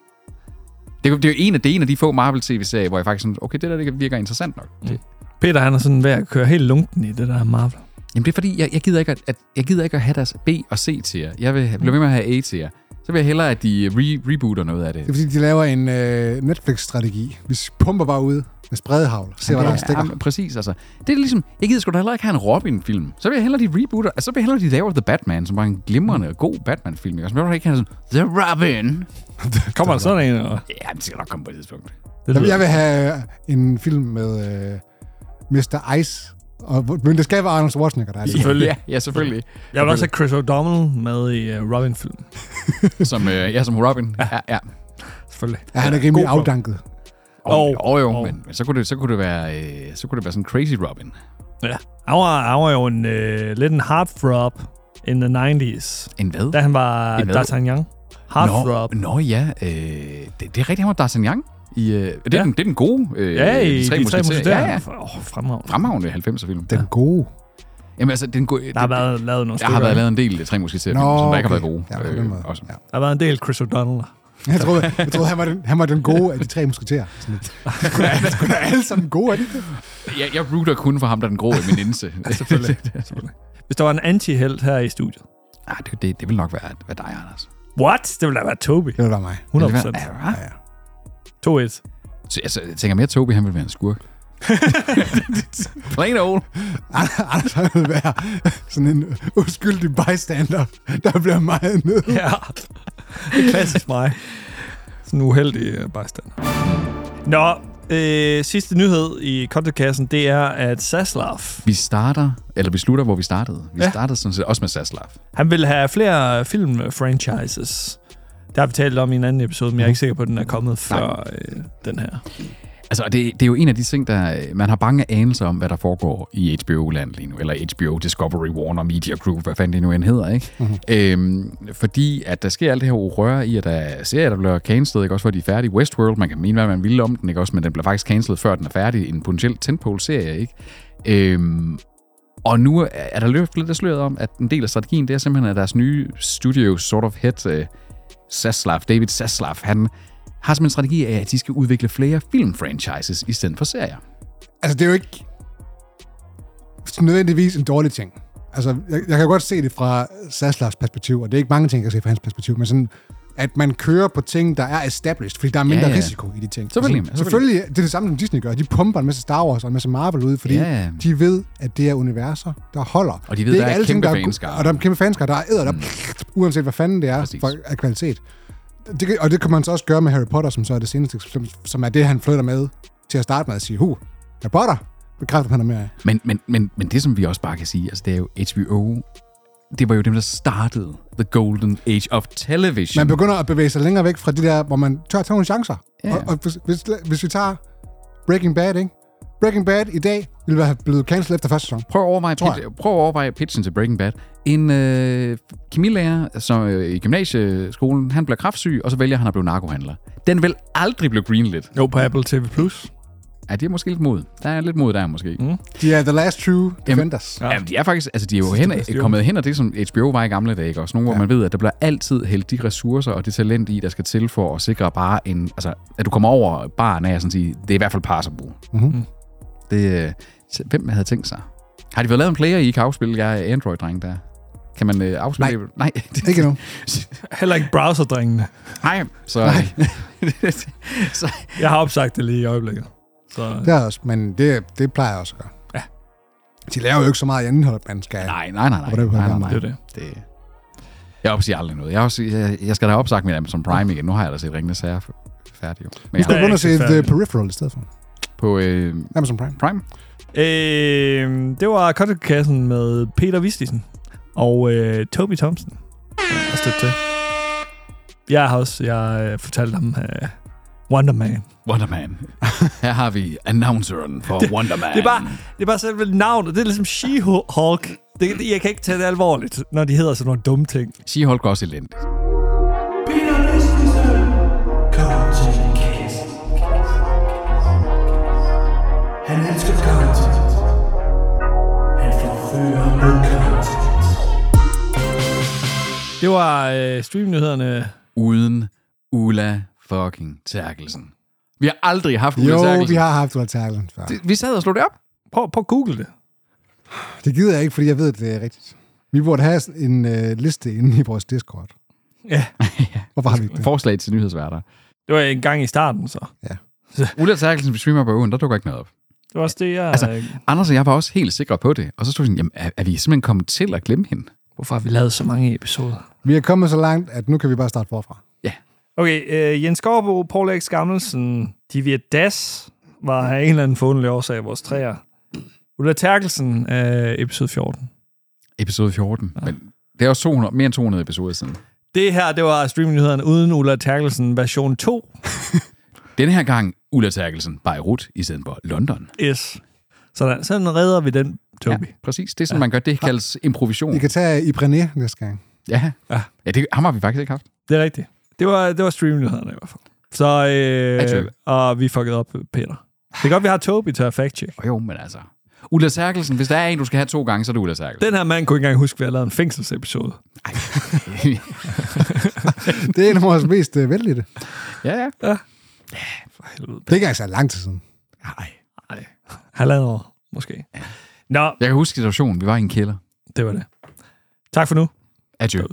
Speaker 6: Det, er jo- det er jo en af, det er en af de få Marvel-tv-serier, hvor jeg faktisk sådan, okay, det der det virker interessant nok. Mm.
Speaker 5: Peter, han er sådan ved at køre helt lunken i det der Marvel.
Speaker 6: Jamen det er fordi, jeg, jeg, gider ikke at, at, jeg gider ikke at have deres B- og C-tier. Jeg vil have- blive ved med at have A-tier. Så vil jeg hellere, at de øh, re- rebooter noget af det.
Speaker 10: Det er fordi, de laver en øh, Netflix-strategi. Vi pumper bare ud med spredehavl. Se, hvad der stikker.
Speaker 6: ja, præcis, altså. Det er ligesom, jeg gider sgu da heller ikke have en Robin-film. Så vil jeg hellere, de rebooter, altså, så vil jeg hellere, de laver The Batman, som var en glimrende og god Batman-film. ikke? Og så vil jeg ikke have sådan, The Robin.
Speaker 5: Kommer der sådan en? Og...
Speaker 6: Ja, det skal nok komme på et tidspunkt.
Speaker 5: Det
Speaker 10: Jamen,
Speaker 5: lyder-
Speaker 10: jeg vil have en film med øh, Mr. Ice. Og, men det skal være Arnold Schwarzenegger, der er det.
Speaker 5: Selvfølgelig.
Speaker 6: Ja, ja selvfølgelig.
Speaker 5: Jeg vil også have Chris O'Donnell med i uh, Robin-filmen.
Speaker 6: Som, øh, ja, som Robin. Ja, ja.
Speaker 5: Selvfølgelig.
Speaker 10: Ja, han er rimelig
Speaker 5: God
Speaker 10: afdanket.
Speaker 6: Og,
Speaker 5: Og-
Speaker 6: og, jo,
Speaker 5: og-
Speaker 6: men, men, så kunne det, så kunne det være, øh, så kunne det være sådan Crazy Robin.
Speaker 5: Ja. Han var, han var jo en, øh, lidt en heartthrob in the 90s,
Speaker 6: En hvad?
Speaker 5: da han var
Speaker 6: En hvad?
Speaker 5: D'Artagnan. Heartthrob.
Speaker 6: Nå, nå ja, øh, det, det er rigtigt, han var D'Artagnan. I, øh, det, er
Speaker 5: Ja.
Speaker 6: den, det er den gode. Øh,
Speaker 5: Ja, i De Tre Musketerer.
Speaker 6: Ja, ja.
Speaker 5: Åh, fremragende.
Speaker 6: Fremragende 90'er-film.
Speaker 10: Den gode.
Speaker 6: Jamen altså, den gode...
Speaker 5: Der har været lavet nogle
Speaker 6: der har været lavet en del øh, Tre Musketerer,
Speaker 10: Nå,
Speaker 6: som der ikke har
Speaker 10: okay.
Speaker 6: været gode. øh,
Speaker 10: Ja, på den måde.
Speaker 6: også.
Speaker 10: Ja.
Speaker 5: der har været en del Chris O'Donnell.
Speaker 10: Jeg troede, jeg troede han, var den, han var den gode af de tre musketerer. Sådan lidt. Det skulle da- Det skulle da alle sammen gode, er det ikke det?
Speaker 6: Jeg, jeg rooter kun for ham, der er den grå eminence.
Speaker 10: <laughs>
Speaker 6: Selvfølgelig.
Speaker 5: Hvis der var en antihelt her i studiet.
Speaker 6: <laughs> ah, det, det, det vil nok være, være dig, Anders.
Speaker 5: What? Det ville da være Toby.
Speaker 10: Det var da mig.
Speaker 5: 100
Speaker 6: Det vil
Speaker 5: procent.
Speaker 6: være- Ja, hva?
Speaker 5: 2-1.
Speaker 6: Så, altså, jeg tænker mere, at Tobi, han vil være en
Speaker 5: <laughs>
Speaker 6: skurk. Plain old.
Speaker 10: Anders han ville være sådan en uskyldig bystander, der bliver meget ned.
Speaker 5: Ja. Det er klassisk mig. Sådan en uheldig øh, bystander. Nå, øh, sidste nyhed i kontekassen, det er, at Saslav,
Speaker 6: Vi starter, eller vi slutter, hvor vi startede. Vi
Speaker 5: Ja.
Speaker 6: ja. startede sådan set også med Saslav.
Speaker 5: han vil have flere filmfranchises. Det har vi talt om i en anden episode, men jeg er
Speaker 10: Mhm.
Speaker 5: ikke sikker på, at den er kommet før øh, den her.
Speaker 6: Altså, og det, det er jo en af de ting, der... øh, Man har bange anelser om, hvad der foregår i HBO-land lige nu, eller HBO Discovery Warner Media Group, hvad fanden det nu end hedder, ikke? Mm-hmm. Øhm, fordi at der sker alt det her urøre i, at der er serier, der bliver cancelled, ikke? Også før de er færdige. Westworld, man kan mene, hvad man vil om den, ikke? Også, men den bliver faktisk cancelled, før den er færdig. En potentiel tentpole-serie, ikke? Øhm, og nu er- er der løftet lidt af sløret om, at en del af strategien, det er simpelthen, at deres nye studio sort of head, øh, Saslav, David Saslav, han har som en strategi af, at de skal udvikle flere filmfranchises i stedet for serier.
Speaker 10: Altså, det er jo ikke nødvendigvis en dårlig ting. Altså, jeg, jeg kan godt se det fra Saslavs perspektiv, og det er ikke mange ting, jeg kan se fra hans perspektiv, men sådan, at man kører på ting, der er established, fordi der er mindre ja,
Speaker 6: ja.
Speaker 10: ja. risiko i de ting.
Speaker 6: Selvfølgelig,
Speaker 10: Altså,
Speaker 6: selvfølgelig.
Speaker 10: selvfølgelig. Det er det samme, som Disney gør. De pumper en masse Star Wars og en masse Marvel ud, fordi
Speaker 6: Ja, ja.
Speaker 10: ja. de ved, at det er universer, der holder.
Speaker 6: Og de ved,
Speaker 10: det
Speaker 6: der er
Speaker 10: ikke alle
Speaker 6: kæmpe
Speaker 10: ting, der go-
Speaker 6: fanskare.
Speaker 10: Og der er kæmpe fanskare, der er æder, der mm. uanset hvad fanden det er
Speaker 6: Præcis.
Speaker 10: for, af kvalitet. Det, kan- og det kan man så også gøre med Harry Potter, som så er det seneste eksempel, som er det, han flytter med til at starte med at sige, hu, Harry Potter, bekræfter han er mere af.
Speaker 6: Men, men, men, men det, som vi også bare kan sige, altså det er jo HBO, det var jo dem, der startede The Golden Age of Television.
Speaker 10: Man begynder at bevæge sig længere væk fra det der, hvor man tør at tage nogle chancer.
Speaker 6: Ja.
Speaker 10: Og, og hvis, hvis, hvis vi tager Breaking Bad, ikke? Breaking Bad i dag ville være blevet cancelled efter første sæson.
Speaker 6: Prøv at overveje,
Speaker 10: Tror
Speaker 6: pitch, prøv at overveje pitchen til Breaking Bad. En øh, kemilærer som, øh, i gymnasieskolen, han bliver kraftsyg, og så vælger han at blive narkohandler. Den vil aldrig blive greenlit.
Speaker 5: Jo, på Apple TV+. Plus.
Speaker 6: Ja, det er måske lidt mod. Der er lidt mod der, måske. Mm.
Speaker 10: De er The Last True
Speaker 6: <laughs>
Speaker 10: Defenders.
Speaker 6: Ja. Jamen, de er faktisk, altså de er jo hen,
Speaker 5: bedste, jo.
Speaker 6: kommet hen, og det som HBO var i gamle dage, ikke? også nogle, hvor man ved, at der bliver altid hældt de ressourcer og det talent i, der skal til for at sikre bare en, altså, at du kommer over baren af og sådan sige, det er i hvert fald passable. Mm-hmm.
Speaker 5: Mm.
Speaker 6: Det, øh, så hvem havde tænkt sig? Har de fået lavet en player, I kan afspille? Jeg er Android-dreng der. Kan man øh, afspille?
Speaker 10: Nej.
Speaker 6: Nej. det-
Speaker 10: Ikke nu.
Speaker 5: Heller ikke
Speaker 6: <laughs>
Speaker 5: browserdrengene.
Speaker 6: Nej. Så, Nej. så,
Speaker 5: Jeg har opsagt det lige i øjeblikket. Så,
Speaker 10: Det er også, men det, det plejer jeg også at gøre.
Speaker 5: Ja.
Speaker 10: De laver jo ikke så meget indhold, man skal.
Speaker 6: Nej, nej, nej. nej.
Speaker 10: Hvordan kan
Speaker 6: nej, nej,
Speaker 10: man
Speaker 6: nej.
Speaker 5: det er det.
Speaker 6: Det... Jeg opsiger aldrig noget. Jeg, også, jeg, jeg skal da have opsagt mit Amazon Prime igen. Nu har jeg da set Ringende Sager f- færdig. Jo. Men <laughs>
Speaker 10: Nu
Speaker 6: jeg
Speaker 10: skal
Speaker 5: er
Speaker 6: har
Speaker 10: du begynde at
Speaker 5: ikke
Speaker 10: se
Speaker 5: så
Speaker 10: The
Speaker 5: færdig.
Speaker 10: Peripheral i stedet for.
Speaker 6: på øh,
Speaker 10: Amazon Prime.
Speaker 6: Prime.
Speaker 5: Øh, det var Kottekassen med Peter Vistisen og øh, Toby Thompson. Jeg har stødt til. Jeg har også jeg øh, fortalt ham øh, Wonder Man.
Speaker 6: Wonderman. <laughs> Her har vi announceren for Wonderman.
Speaker 5: Det er bare, det er bare selve navnet. Det er ligesom She-Hulk. Det, det- jeg kan ikke tage det alvorligt, når de hedder sådan nogle dumme ting.
Speaker 6: She-Hulk er også elendigt.
Speaker 7: Peter Vistisen, kom til kassen. Han elsker content. Han forfører med content.
Speaker 5: Det var øh, streamnyhederne.
Speaker 6: Uden Ulla fucking Terkelsen. Vi har aldrig haft Ulla
Speaker 10: Jo,
Speaker 6: Terkelsen.
Speaker 10: vi har haft Ulla Terkelsen før. Det,
Speaker 6: Det- Vi sad og slog det op.
Speaker 5: Prøv, prøv at google det.
Speaker 10: det gider jeg ikke, fordi jeg ved, at det er rigtigt. Vi burde have sådan en øh, liste inde i vores Discord. <laughs>
Speaker 5: Ja,
Speaker 10: Hvorfor har vi ikke det?
Speaker 6: Forslag til nyhedsværter.
Speaker 5: det var en gang i starten, så.
Speaker 6: Ulla Terkelsen vi streamer på ugen, der dukker ikke noget op.
Speaker 5: Det var også det, jeg...
Speaker 6: Altså-
Speaker 5: Altså,
Speaker 6: Anders og jeg var også helt sikre på det. Og så stod vi sådan, jamen, er, er vi simpelthen kommet til at glemme hende?
Speaker 5: hvorfor har vi lavet så mange episoder?
Speaker 10: Vi er kommet så langt, at nu kan vi bare starte forfra.
Speaker 5: Okay, øh, Jens Skorbo, Paul Erik Skammelsen, Divya Das var af en eller anden forundelig årsag vores træer. Ulla Terkelsen, øh, episode 14.
Speaker 6: Episode 14. Ja. Men det er også 200, mere end 200 episoder siden.
Speaker 5: Det her, det var streamnyhederne uden Ulla Terkelsen version 2.
Speaker 6: Denne her gang, Ulla Terkelsen, Beirut i stedet for London.
Speaker 5: Yes. Sådan, sådan redder vi den, Toby. Ja.
Speaker 6: præcis. Det er sådan, man gør. Det kaldes improvisation.
Speaker 10: Vi kan tage i Brené næste gang.
Speaker 6: Ja.
Speaker 5: Ja.
Speaker 6: ja det, ham har vi faktisk ikke haft.
Speaker 5: Det er rigtigt. Det var, det var streamnyhederne i hvert fald. Så, øh,
Speaker 6: Actually.
Speaker 5: og vi fuckede op, Peter. Det er godt, vi har Toby til at fact-check.
Speaker 6: Og jo, men altså. Ulla Terkelsen, hvis der er en, du skal have to gange, så er det Ulla Terkelsen.
Speaker 5: Den her mand kunne ikke engang huske, at vi havde lavet en fængselsepisode.
Speaker 10: Det er en af vores mest øh, vældige. Det
Speaker 6: <laughs> ja, ja.
Speaker 5: For helvede.
Speaker 10: er ikke engang så lang tid siden.
Speaker 5: Nej. Nej. Halvandet år, måske. Nå,
Speaker 6: Jeg kan huske situationen. Vi var i en kælder.
Speaker 5: det var det. Tak for nu.
Speaker 6: Adieu.